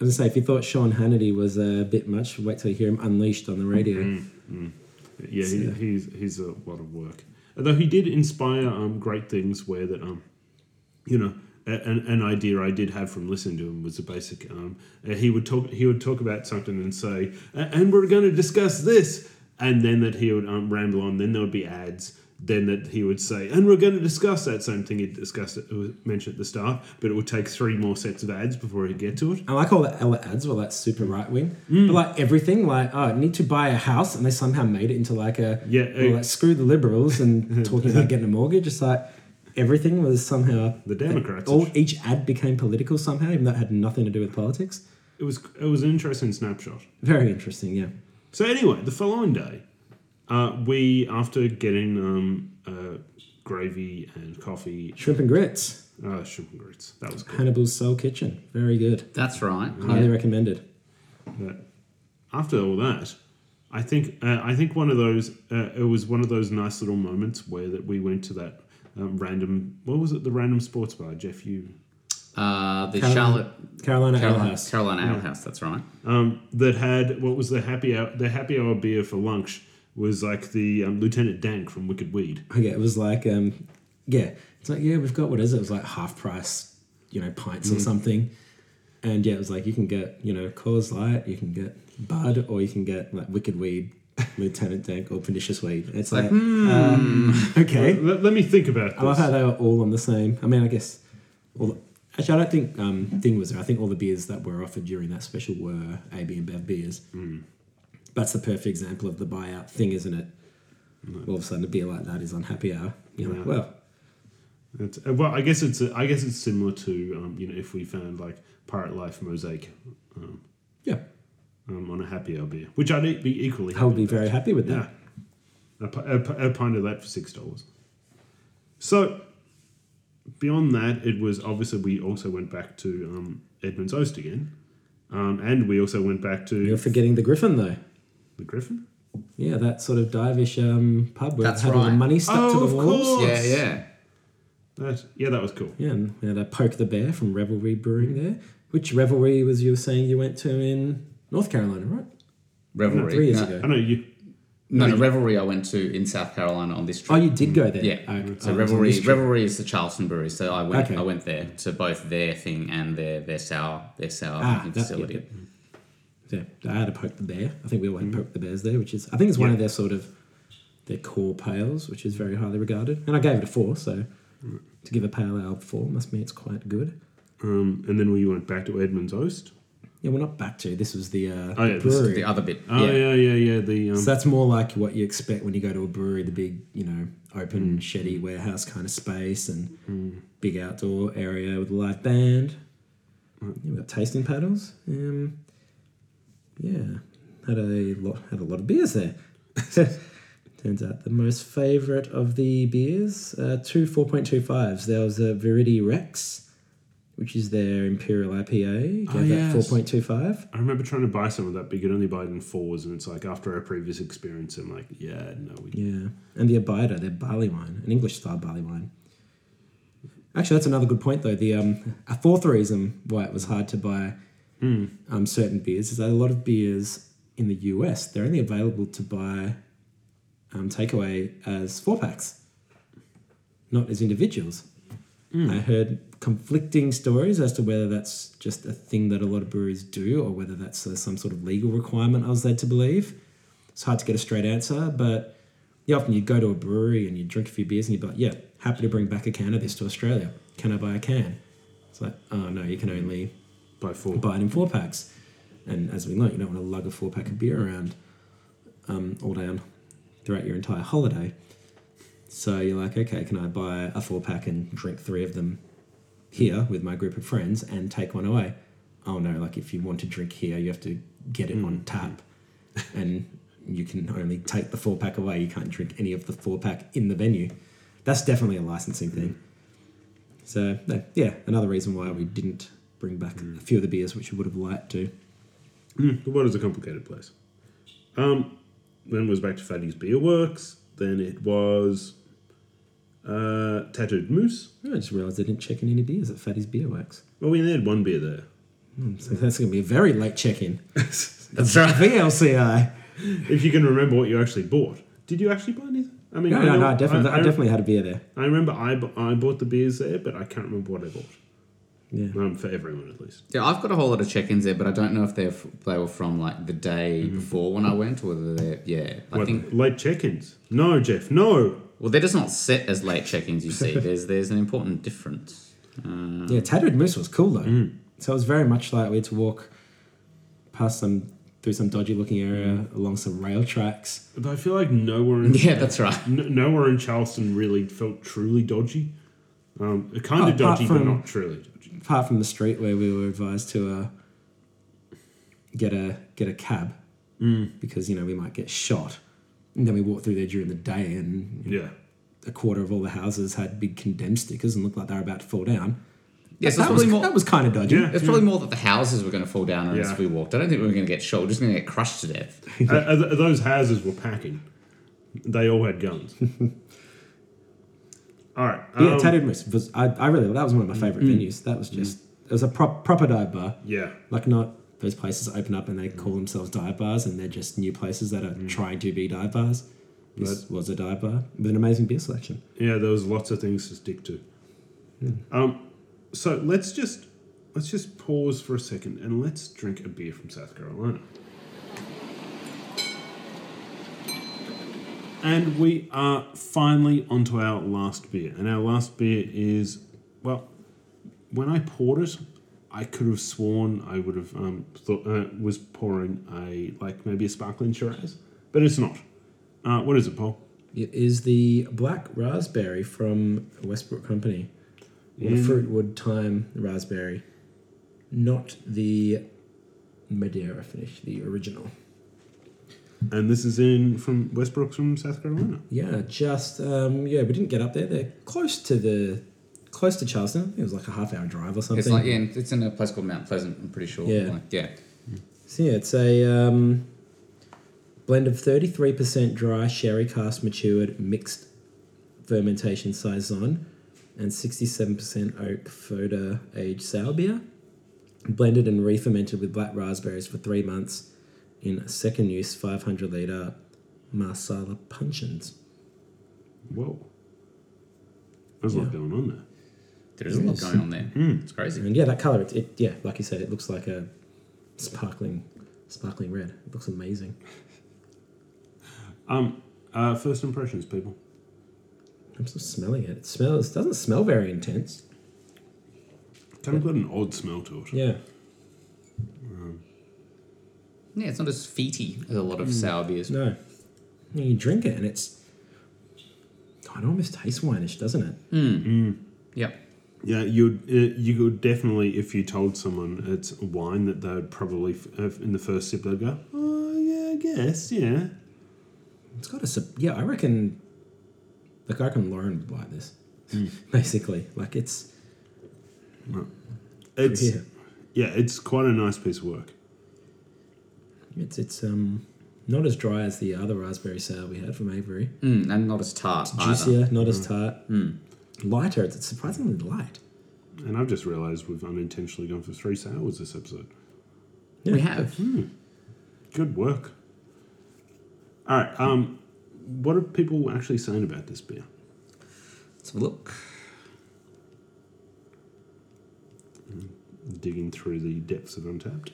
[SPEAKER 2] I was gonna say, if you thought Sean Hannity was a bit much, wait till you hear him unleashed on the radio.
[SPEAKER 1] Hmm. yeah, he,
[SPEAKER 2] So-
[SPEAKER 1] he's he's a lot of work. Although he did inspire um, great things, where that um, you know, a- an, an idea I did have from listening to him was a basic. Um, uh, he would talk he would talk about something and say, "A- and we're going to discuss this, and then that he would um, ramble on. Then there would be ads. Then that he would say, and we're going to discuss that same thing he discussed it was mentioned at the start, but it would take three more sets of ads before he'd get to it.
[SPEAKER 2] I like all the Ella ads were like super right wing,
[SPEAKER 1] Mm.
[SPEAKER 2] but like everything, like oh, I need to buy a house, and they somehow made it into like a
[SPEAKER 1] Yeah,
[SPEAKER 2] well,
[SPEAKER 1] uh,
[SPEAKER 2] like screw the liberals and talking about getting a mortgage. It's like everything was somehow
[SPEAKER 1] The Democrats.
[SPEAKER 2] All each ad became political somehow, even though it had nothing to do with politics.
[SPEAKER 1] It was it was an interesting snapshot.
[SPEAKER 2] Very interesting, yeah.
[SPEAKER 1] So anyway, the following day, uh, we after getting um, uh, gravy and coffee,
[SPEAKER 2] Shrimp and grits,
[SPEAKER 1] uh, shrimp and grits. That was good.
[SPEAKER 2] Hannibal's Soul Kitchen, very good,
[SPEAKER 3] That's right.
[SPEAKER 2] highly
[SPEAKER 3] Yeah.
[SPEAKER 2] recommended.
[SPEAKER 1] But after all that, I think uh, I think one of those uh, it was one of those nice little moments where that we went to that um, random what was it the random sports bar Jeff you
[SPEAKER 3] Uh, the
[SPEAKER 2] Carolina-
[SPEAKER 3] Charlotte
[SPEAKER 2] Carolina Ale
[SPEAKER 3] Carolina,
[SPEAKER 2] House.
[SPEAKER 3] Carolina Ale House. That's right.
[SPEAKER 1] um, that had what was the happy hour, the happy hour beer for lunch was like the um, Lieutenant Dank from Wicked Weed.
[SPEAKER 2] Okay, it was like, um, yeah, it's like yeah, we've got what is it? It was like half price, you know, pints or something. And yeah, it was like you can get you know Coors Light, you can get Bud, or you can get like Wicked Weed, Lieutenant Dank, or Pernicious Weed. It's like, um, okay,
[SPEAKER 1] Let, let me think about
[SPEAKER 2] I love how
[SPEAKER 1] this.
[SPEAKER 2] they were all on the same. I mean, I guess all. The, actually, I don't think um, thing was there. I think all the beers that were offered during that special were AB and Bev beers.
[SPEAKER 1] Mm.
[SPEAKER 2] That's the perfect example of the buyout thing, isn't it? All of a sudden, a beer like that is on happy hour. You're
[SPEAKER 1] Yeah.
[SPEAKER 2] like, well,
[SPEAKER 1] It's, uh, well, I guess it's uh, I guess it's similar to um, you know if we found like Pirate Life Mosaic um,
[SPEAKER 2] yeah,
[SPEAKER 1] um, on a happy hour beer, which I'd e- be equally.
[SPEAKER 2] I would
[SPEAKER 1] happy
[SPEAKER 2] be
[SPEAKER 1] about.
[SPEAKER 2] very happy with that.
[SPEAKER 1] Yeah. A, pi- a, pi- a pint of that for six dollars. So beyond that, it was obviously we also went back to um, Edmund's Oast again, um, and we also went back to
[SPEAKER 2] You're forgetting the Griffin though.
[SPEAKER 1] the Griffin.
[SPEAKER 2] Yeah, that sort of divish um, pub where
[SPEAKER 3] That's
[SPEAKER 2] it had all the
[SPEAKER 3] right.
[SPEAKER 2] money stuck
[SPEAKER 1] Oh,
[SPEAKER 2] to
[SPEAKER 1] of
[SPEAKER 2] the walls.
[SPEAKER 1] course.
[SPEAKER 3] Yeah, yeah.
[SPEAKER 1] That yeah, that was cool.
[SPEAKER 2] Yeah, and we had a Poke the Bear from Revelry
[SPEAKER 1] Mm.
[SPEAKER 2] Brewing there, which Revelry was you were saying you went to in North Carolina, right?
[SPEAKER 3] Revelry.
[SPEAKER 2] Three years
[SPEAKER 3] no,
[SPEAKER 2] ago.
[SPEAKER 1] I know you.
[SPEAKER 3] No, no, Revelry. I went to in South Carolina on this trip.
[SPEAKER 2] Oh, you did go there.
[SPEAKER 3] Yeah.
[SPEAKER 2] Oh,
[SPEAKER 3] So
[SPEAKER 2] oh,
[SPEAKER 3] Revelry,
[SPEAKER 2] it's on this trip.
[SPEAKER 3] Revelry is the Charleston Brewery. So I went,
[SPEAKER 2] Okay.
[SPEAKER 3] I went there to both their thing and their their sour their sour
[SPEAKER 2] Ah,
[SPEAKER 3] making
[SPEAKER 2] that-
[SPEAKER 3] facility.
[SPEAKER 2] yeah, Yeah, I had a poke the bear. I think we all had
[SPEAKER 3] Mm-hmm.
[SPEAKER 2] poke the bears there, which is I think it's one of their sort of their core pails, which is very highly regarded. And I gave it a four, so to give a pale ale four must mean it's quite good.
[SPEAKER 1] Um, and then we went back to Edmund's Oast.
[SPEAKER 2] Yeah, we're not back to this was the, uh,
[SPEAKER 1] Oh, yeah,
[SPEAKER 2] the
[SPEAKER 1] this is
[SPEAKER 2] brewery.
[SPEAKER 3] The other bit,
[SPEAKER 1] Oh
[SPEAKER 3] yeah.
[SPEAKER 1] yeah, yeah, yeah. the um,
[SPEAKER 2] so that's more like what you expect when you go to a brewery, the big, you know,
[SPEAKER 1] Hmm.
[SPEAKER 2] open sheddy warehouse kind of space and big outdoor area with a live band. Yeah, we got tasting paddles. Um, yeah, had a lot had a lot of beers there. Turns out the most favourite of the beers, uh, two 4.25s. There was a Viridi Rex, which is their Imperial IPA. Gave
[SPEAKER 1] Oh,
[SPEAKER 2] that
[SPEAKER 1] yes.
[SPEAKER 2] 4.25.
[SPEAKER 1] I remember trying to buy some of that, but you could only buy it in fours, and it's like after our previous experience, I'm like, yeah, no, we.
[SPEAKER 2] Yeah, and the Abida, their barley wine, an English style barley wine. Actually, that's another good point though. The um, a fourth reason why it was hard to buy um, certain beers is that a lot of beers in the US they're only available to buy um, takeaway as four packs, not as individuals. I heard conflicting stories as to whether that's just a thing that a lot of breweries do or whether that's uh, some sort of legal requirement I was led to believe. It's hard to get a straight answer, but yeah, often you go to a brewery and you drink a few beers and you're like, yeah, happy to bring back a can of this to Australia. Can I buy a can? It's like, oh no, you can only
[SPEAKER 1] By four.
[SPEAKER 2] buy it in four packs. And as we learned, you don't want to lug a four pack of beer around um, all down throughout your entire holiday. So you're like, okay, can I buy a four pack and drink three of them here with my group of friends and take one away? Oh no, like if you want to drink here, you have to get it on tap. and you can only take the four pack away. You can't drink any of the four pack in the venue. That's definitely a licensing thing. So no, yeah, another reason why we didn't bring back
[SPEAKER 3] Mm.
[SPEAKER 2] a few of the beers which we would have liked to.
[SPEAKER 1] Mm, the world is a complicated place. Um, then it was back to Fatty's Beer Works. Then it was uh, Tattooed Moose.
[SPEAKER 2] I just realised I didn't check in any beers at Fatty's Beer Works. Mm,
[SPEAKER 1] Well, we only had one beer there.
[SPEAKER 2] So that's going to be a very late check-in.
[SPEAKER 3] That's right.
[SPEAKER 2] VLCI.
[SPEAKER 1] If you can remember what you actually bought. Did you actually buy anything? I mean,
[SPEAKER 2] No,
[SPEAKER 1] I
[SPEAKER 2] no, no.
[SPEAKER 1] know-
[SPEAKER 2] I definitely, I,
[SPEAKER 1] I,
[SPEAKER 2] definitely had a beer there.
[SPEAKER 1] I remember I, bu- I bought the beers there, but I can't remember what I bought.
[SPEAKER 2] Yeah.
[SPEAKER 1] Um, for everyone, at least.
[SPEAKER 3] Yeah, I've got a whole lot of check-ins there, but I don't know if they they were from like the day before when I went, or whether they're yeah. I
[SPEAKER 1] What,
[SPEAKER 3] think
[SPEAKER 1] late check-ins. No, Jeff. No.
[SPEAKER 3] well, they're just not set as late check-ins. You see, there's there's an important difference. Uh,
[SPEAKER 2] Yeah, Tattered Moose was cool though.
[SPEAKER 3] Mm.
[SPEAKER 2] So it was very much like we had to walk past some through some dodgy looking area along some rail tracks.
[SPEAKER 1] But I feel like nowhere in
[SPEAKER 3] yeah, that's right.
[SPEAKER 1] N- nowhere in Charleston really felt truly dodgy. Um, kind
[SPEAKER 2] Oh,
[SPEAKER 1] of
[SPEAKER 2] apart
[SPEAKER 1] dodgy, but
[SPEAKER 2] from-
[SPEAKER 1] not truly dodgy.
[SPEAKER 2] Apart from the street where we were advised to uh, get a get a cab because you know we might get shot. And then we walked through there during the day, and
[SPEAKER 1] Yeah.
[SPEAKER 2] a quarter of all the houses had big condemned stickers and looked like they were about to fall down.
[SPEAKER 3] Yeah, so it's
[SPEAKER 2] that, was,
[SPEAKER 3] probably more.
[SPEAKER 2] that was kind of dodgy.
[SPEAKER 1] Yeah.
[SPEAKER 3] It's probably more that the houses were going to fall down unless
[SPEAKER 1] Yeah.
[SPEAKER 3] we walked. I don't think we were going to get shot. We're just going to get crushed to death.
[SPEAKER 1] Uh, uh, th- those houses were packing. They all had guns. All right.
[SPEAKER 2] But yeah,
[SPEAKER 1] um,
[SPEAKER 2] Tattooed Moose was I, I really that was one of my favorite venues. That was just it was a prop, proper dive bar,
[SPEAKER 1] Yeah.
[SPEAKER 2] like not those places that open up and they call themselves dive bars and they're just new places that are trying to be dive bars. This was a dive bar with an amazing beer selection.
[SPEAKER 1] Yeah, there was lots of things to stick to. Um, so let's just let's just pause for a second and let's drink a beer from South Carolina. And we are finally onto our last beer, and our last beer is well. When I poured it, I could have sworn I would have um, thought uh, was pouring a like maybe a sparkling Shiraz, but it's not. Uh, what is it, Paul?
[SPEAKER 2] It is the black raspberry from Westbrook Company. Or the
[SPEAKER 3] Mm.
[SPEAKER 1] Yeah.
[SPEAKER 2] fruitwood thyme raspberry. Not the Madeira finish, the original.
[SPEAKER 1] And this is in from Westbrook's from South Carolina.
[SPEAKER 2] Yeah, just um, yeah, we didn't get up there. They're close to the close to Charleston. I think It was like a half hour drive or something.
[SPEAKER 3] It's like yeah, and it's in a place called Mount Pleasant. I'm pretty sure.
[SPEAKER 2] Yeah.
[SPEAKER 3] Like, yeah.
[SPEAKER 2] So yeah, it's a um, blend of 33% dry sherry cast matured mixed fermentation saison and 67% oak foda aged sour beer. Blended and re-fermented with black raspberries for three months in second use 500 litre Marsala puncheons.
[SPEAKER 1] Whoa. There's a lot
[SPEAKER 2] Yeah.
[SPEAKER 1] going on there.
[SPEAKER 3] There is a lot going on there. It's crazy.
[SPEAKER 2] And yeah, that colour, it, it yeah, like you said, it looks like a sparkling, sparkling red. It looks amazing.
[SPEAKER 1] Um, uh, first impressions, people.
[SPEAKER 2] I'm still smelling it. It smells doesn't smell very intense.
[SPEAKER 1] Kind of got an odd smell to it.
[SPEAKER 2] Yeah.
[SPEAKER 3] Yeah, it's not as feety as a lot of sour beers.
[SPEAKER 2] No. You drink it and it's. God, it almost tastes wineish, doesn't it?
[SPEAKER 3] Hmm. Yep.
[SPEAKER 1] Yeah, you'd uh, you could definitely if you told someone it's wine that they'd probably f- uh, in the first sip they'd go, oh yeah, I guess yeah.
[SPEAKER 2] It's got a. sub- Yeah, I reckon. Like, I reckon Lauren would like this. Basically. Like, it's.
[SPEAKER 1] It's
[SPEAKER 2] Yeah.
[SPEAKER 1] yeah, it's quite a nice piece of work.
[SPEAKER 2] It's, it's um, not as dry as the other raspberry sour we had from Avery.
[SPEAKER 3] Mm, and not as tart either. Hmm.
[SPEAKER 2] Juicier, not as tart. Lighter. It's, it's surprisingly light.
[SPEAKER 1] And I've just realised we've unintentionally gone for three sours this episode.
[SPEAKER 3] We have.
[SPEAKER 1] Good work. All right. Um, what are people actually saying about this beer?
[SPEAKER 3] Let's have a look.
[SPEAKER 1] digging through the depths of Untapped.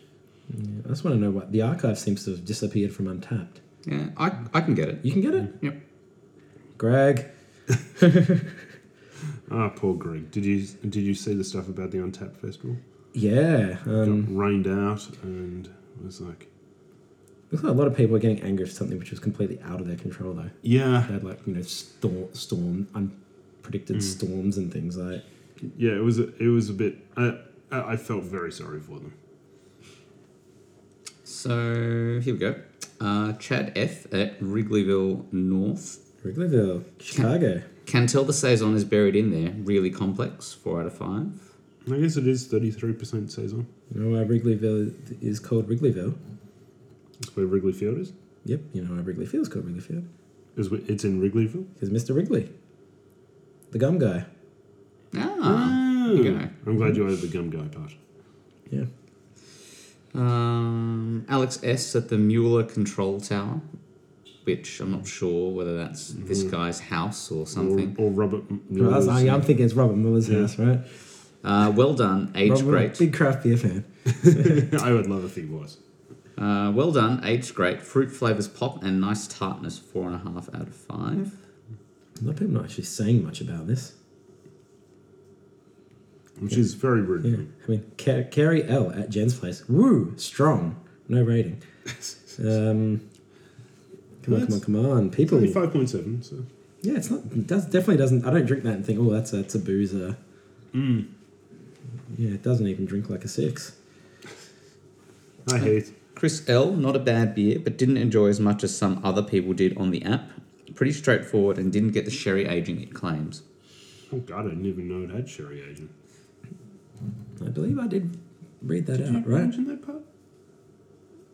[SPEAKER 2] Yeah, I just want to know what. The archive seems to have disappeared from Untapped.
[SPEAKER 3] Yeah, I, I can get it.
[SPEAKER 2] You can get it?
[SPEAKER 3] Yep.
[SPEAKER 2] Greg.
[SPEAKER 1] Ah, poor Greg. Did you did you see the stuff about the Untapped festival?
[SPEAKER 2] Yeah.
[SPEAKER 1] Got
[SPEAKER 2] Um,
[SPEAKER 1] rained out and was like,
[SPEAKER 2] looks like a lot of people are getting angry for something which was completely out of their control, though.
[SPEAKER 1] yeah,
[SPEAKER 2] They had like you know storm, storm, unpredicted storms and things like.
[SPEAKER 1] yeah. It was a, it was a bit. I I I felt very sorry for them.
[SPEAKER 3] So here we go. Uh, Chad F at Wrigleyville North.
[SPEAKER 2] Wrigleyville, Chicago.
[SPEAKER 3] Can tell the saison is buried in there. Really complex. Four out of five.
[SPEAKER 1] I guess it is thirty three percent saison.
[SPEAKER 2] You know why Wrigleyville is called Wrigleyville?
[SPEAKER 1] That's where Wrigley Field is.
[SPEAKER 2] Yep, you know why Wrigleyville's called Wrigleyfield
[SPEAKER 1] Is wh- it's in Wrigleyville?
[SPEAKER 2] because Mr. Wrigley, the gum guy.
[SPEAKER 3] Ah.
[SPEAKER 1] Oh,
[SPEAKER 3] you go.
[SPEAKER 1] I'm glad you added the gum guy part.
[SPEAKER 2] Yeah,
[SPEAKER 3] Um, Alex S at the Mueller Control Tower, which I'm not sure whether that's this guy's house or something.
[SPEAKER 1] Or, or Robert. M-
[SPEAKER 2] well, Oh, that's-
[SPEAKER 1] Miller's-
[SPEAKER 2] I'm thinking it's Robert Muller's
[SPEAKER 1] Yeah.
[SPEAKER 2] house, right?
[SPEAKER 3] Uh, well done, age
[SPEAKER 2] Robert Muller,
[SPEAKER 3] great.
[SPEAKER 2] big craft beer fan.
[SPEAKER 1] I would love if he was.
[SPEAKER 3] Uh, well done, aged great. Fruit flavors pop and nice tartness. Four and a half out of five.
[SPEAKER 2] A lot of people not actually saying much about this.
[SPEAKER 1] Which is very rude.
[SPEAKER 2] Yeah, I mean, Ca- Carrie L at Jen's place. Woo, strong. No rating. Um, come on, come on, come on,
[SPEAKER 1] It's
[SPEAKER 2] people.
[SPEAKER 1] only five point seven. So
[SPEAKER 2] Yeah, it's not. It does definitely doesn't. I don't drink that and think, oh, that's a, that's a boozer. Yeah, it doesn't even drink like a six.
[SPEAKER 1] I hate.
[SPEAKER 3] Chris L, not a bad beer, but didn't enjoy as much as some other people did on the app. Pretty straightforward and didn't get the sherry aging it claims.
[SPEAKER 1] Oh God, I didn't even know it had sherry agent.
[SPEAKER 2] I believe I did read that
[SPEAKER 1] Did
[SPEAKER 2] out,
[SPEAKER 1] you
[SPEAKER 2] right?
[SPEAKER 1] mention that part?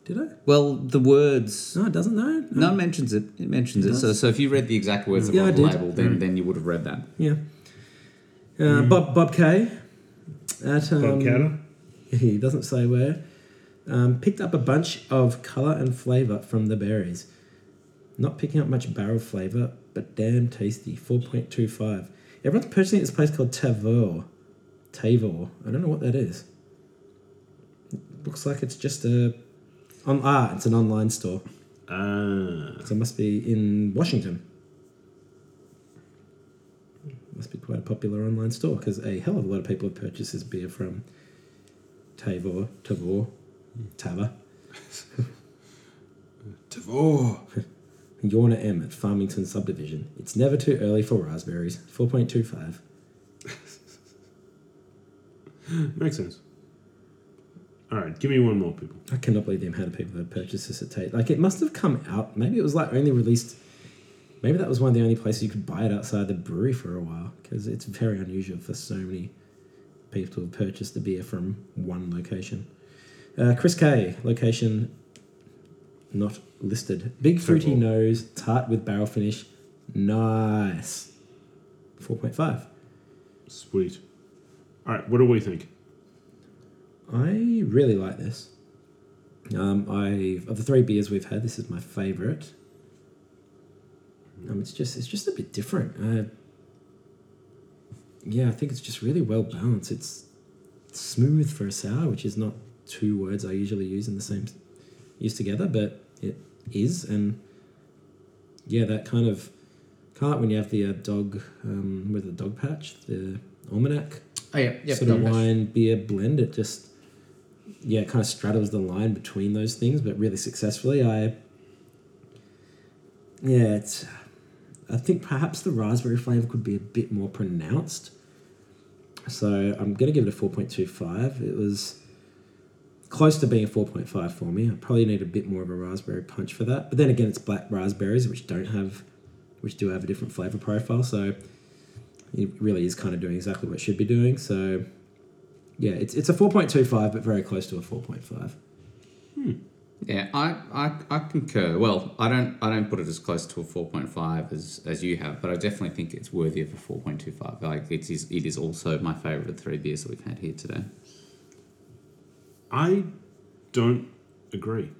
[SPEAKER 2] Did I?
[SPEAKER 3] Well, the words.
[SPEAKER 2] No, it doesn't. No.
[SPEAKER 3] No, it mentions it. It mentions
[SPEAKER 2] It
[SPEAKER 3] it. So,
[SPEAKER 2] does?
[SPEAKER 3] so if you read the exact words that
[SPEAKER 2] Yeah,
[SPEAKER 3] were
[SPEAKER 2] I
[SPEAKER 3] on the
[SPEAKER 2] did.
[SPEAKER 3] label, then, then you would have read that.
[SPEAKER 2] Yeah. Uh, Bob Bob K. At um,
[SPEAKER 1] Bob Catter.
[SPEAKER 2] he doesn't say where. Um, picked up a bunch of color and flavor from the berries. Not picking up much barrel flavor, but damn tasty. 4.25. Everyone's purchasing at this place called Tavor. Tavor. I don't know what that is. Looks like it's just a. On, ah, it's an online store.
[SPEAKER 1] Ah,
[SPEAKER 2] So it must be in Washington. Must be quite a popular online store because a hell of a lot of people have purchased this beer from Tavor, Tavor, Tava,
[SPEAKER 1] Tavor.
[SPEAKER 2] Yorna M at Farmington Subdivision. It's never too early for raspberries. 4.25.
[SPEAKER 1] Makes sense. All right, give me one more, people.
[SPEAKER 2] I cannot believe the amount of people that purchased this at Tate. Like it must have come out. Maybe it was like only released. Maybe that was one of the only places you could buy it outside the brewery for a while because it's very unusual for so many people to have purchased the beer from one location. Uh, Chris K. Location not listed. Big fruity
[SPEAKER 1] Terrible.
[SPEAKER 2] nose, tart with barrel finish. Nice. Four point five.
[SPEAKER 1] Sweet. All right, what do we think?
[SPEAKER 2] I really like this. Um, I of the three beers we've had, this is my favorite. Um, it's just it's just a bit different. Uh, yeah, I think it's just really well balanced. It's smooth for a sour, which is not two words I usually use in the same used together, but it is and yeah, that kind of kind of like when you have the uh, dog um, with the dog patch, the almanac
[SPEAKER 3] Oh yeah, yeah.
[SPEAKER 2] sort of wine beer blend. It just yeah, it kind of straddles the line between those things, but really successfully. I yeah, it's I think perhaps the raspberry flavor could be a bit more pronounced. So I'm gonna give it a four point two five. It was close to being a four point five for me. I probably need a bit more of a raspberry punch for that. But then again, it's black raspberries, which don't have, which do have a different flavor profile. So it really is kind of doing exactly what it should be doing. So, yeah, it's, it's a 4.25, but very close to a 4.5.
[SPEAKER 3] Yeah, I, I I concur. Well, I don't I don't put it as close to a four point five as as you have, but I definitely think it's worthy of a four point two five. Like it is it is also my favourite of the three beers that we've had here today.
[SPEAKER 1] I don't agree.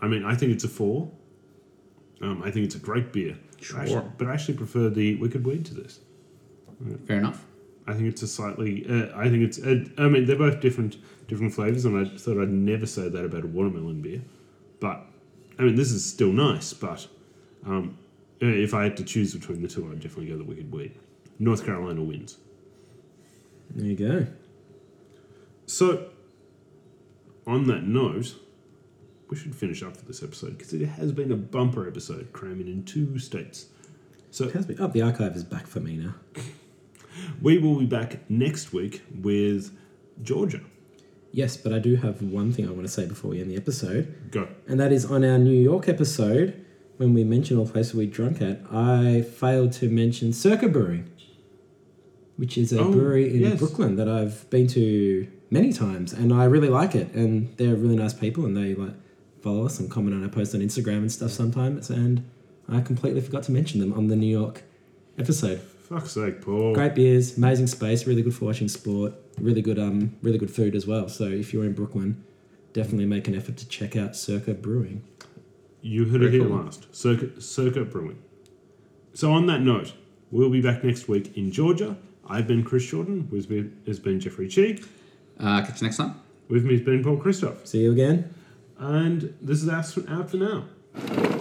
[SPEAKER 1] I mean, I think it's a four. Um, I think it's a great beer. But I actu-
[SPEAKER 3] Sure.
[SPEAKER 1] but I actually prefer the Wicked Weed to this.
[SPEAKER 3] Fair enough.
[SPEAKER 1] I think it's a slightly. Uh, I think it's. Uh, I mean, they're both different different flavors, and I thought I'd never say that about a watermelon beer, but I mean, this is still nice. But um, uh, if I had to choose between the two, I'd definitely go the Wicked Weed. North Carolina wins.
[SPEAKER 2] There you go.
[SPEAKER 1] So, on that note, we should finish up for this episode because it has been a bumper episode, cramming in two states. So
[SPEAKER 2] It has been- oh, the archive is back for me now.
[SPEAKER 1] we will be back next week with Georgia.
[SPEAKER 2] Yes, but I do have one thing I want to say before we end the episode,
[SPEAKER 1] Go.
[SPEAKER 2] and that is on our New York episode, when we mentioned all places we drunk at, I failed to mention Circa Brewing, which is a
[SPEAKER 1] Oh,
[SPEAKER 2] brewery in
[SPEAKER 1] yes.
[SPEAKER 2] Brooklyn that I've been to many times, and I really like it, and they're really nice people, and they like follow us and comment on our posts on Instagram and stuff sometimes, and I completely forgot to mention them on the New York episode.
[SPEAKER 1] Fuck's sake, Paul.
[SPEAKER 2] Great beers, amazing space, really good for watching sport, really good um, really good food as well. So if you're in Brooklyn, definitely make an effort to check out Circa Brewing.
[SPEAKER 1] You heard it
[SPEAKER 3] Very
[SPEAKER 1] here
[SPEAKER 3] cool.
[SPEAKER 1] last. Circuit, circuit Brewing. So, on that note, we'll be back next week in Georgia. I've been Chris Shorten. With me has been Jeffrey Chi.
[SPEAKER 3] Uh, catch you next time.
[SPEAKER 1] With me has been Paul Christoph.
[SPEAKER 2] See you again.
[SPEAKER 1] And this is us out for now.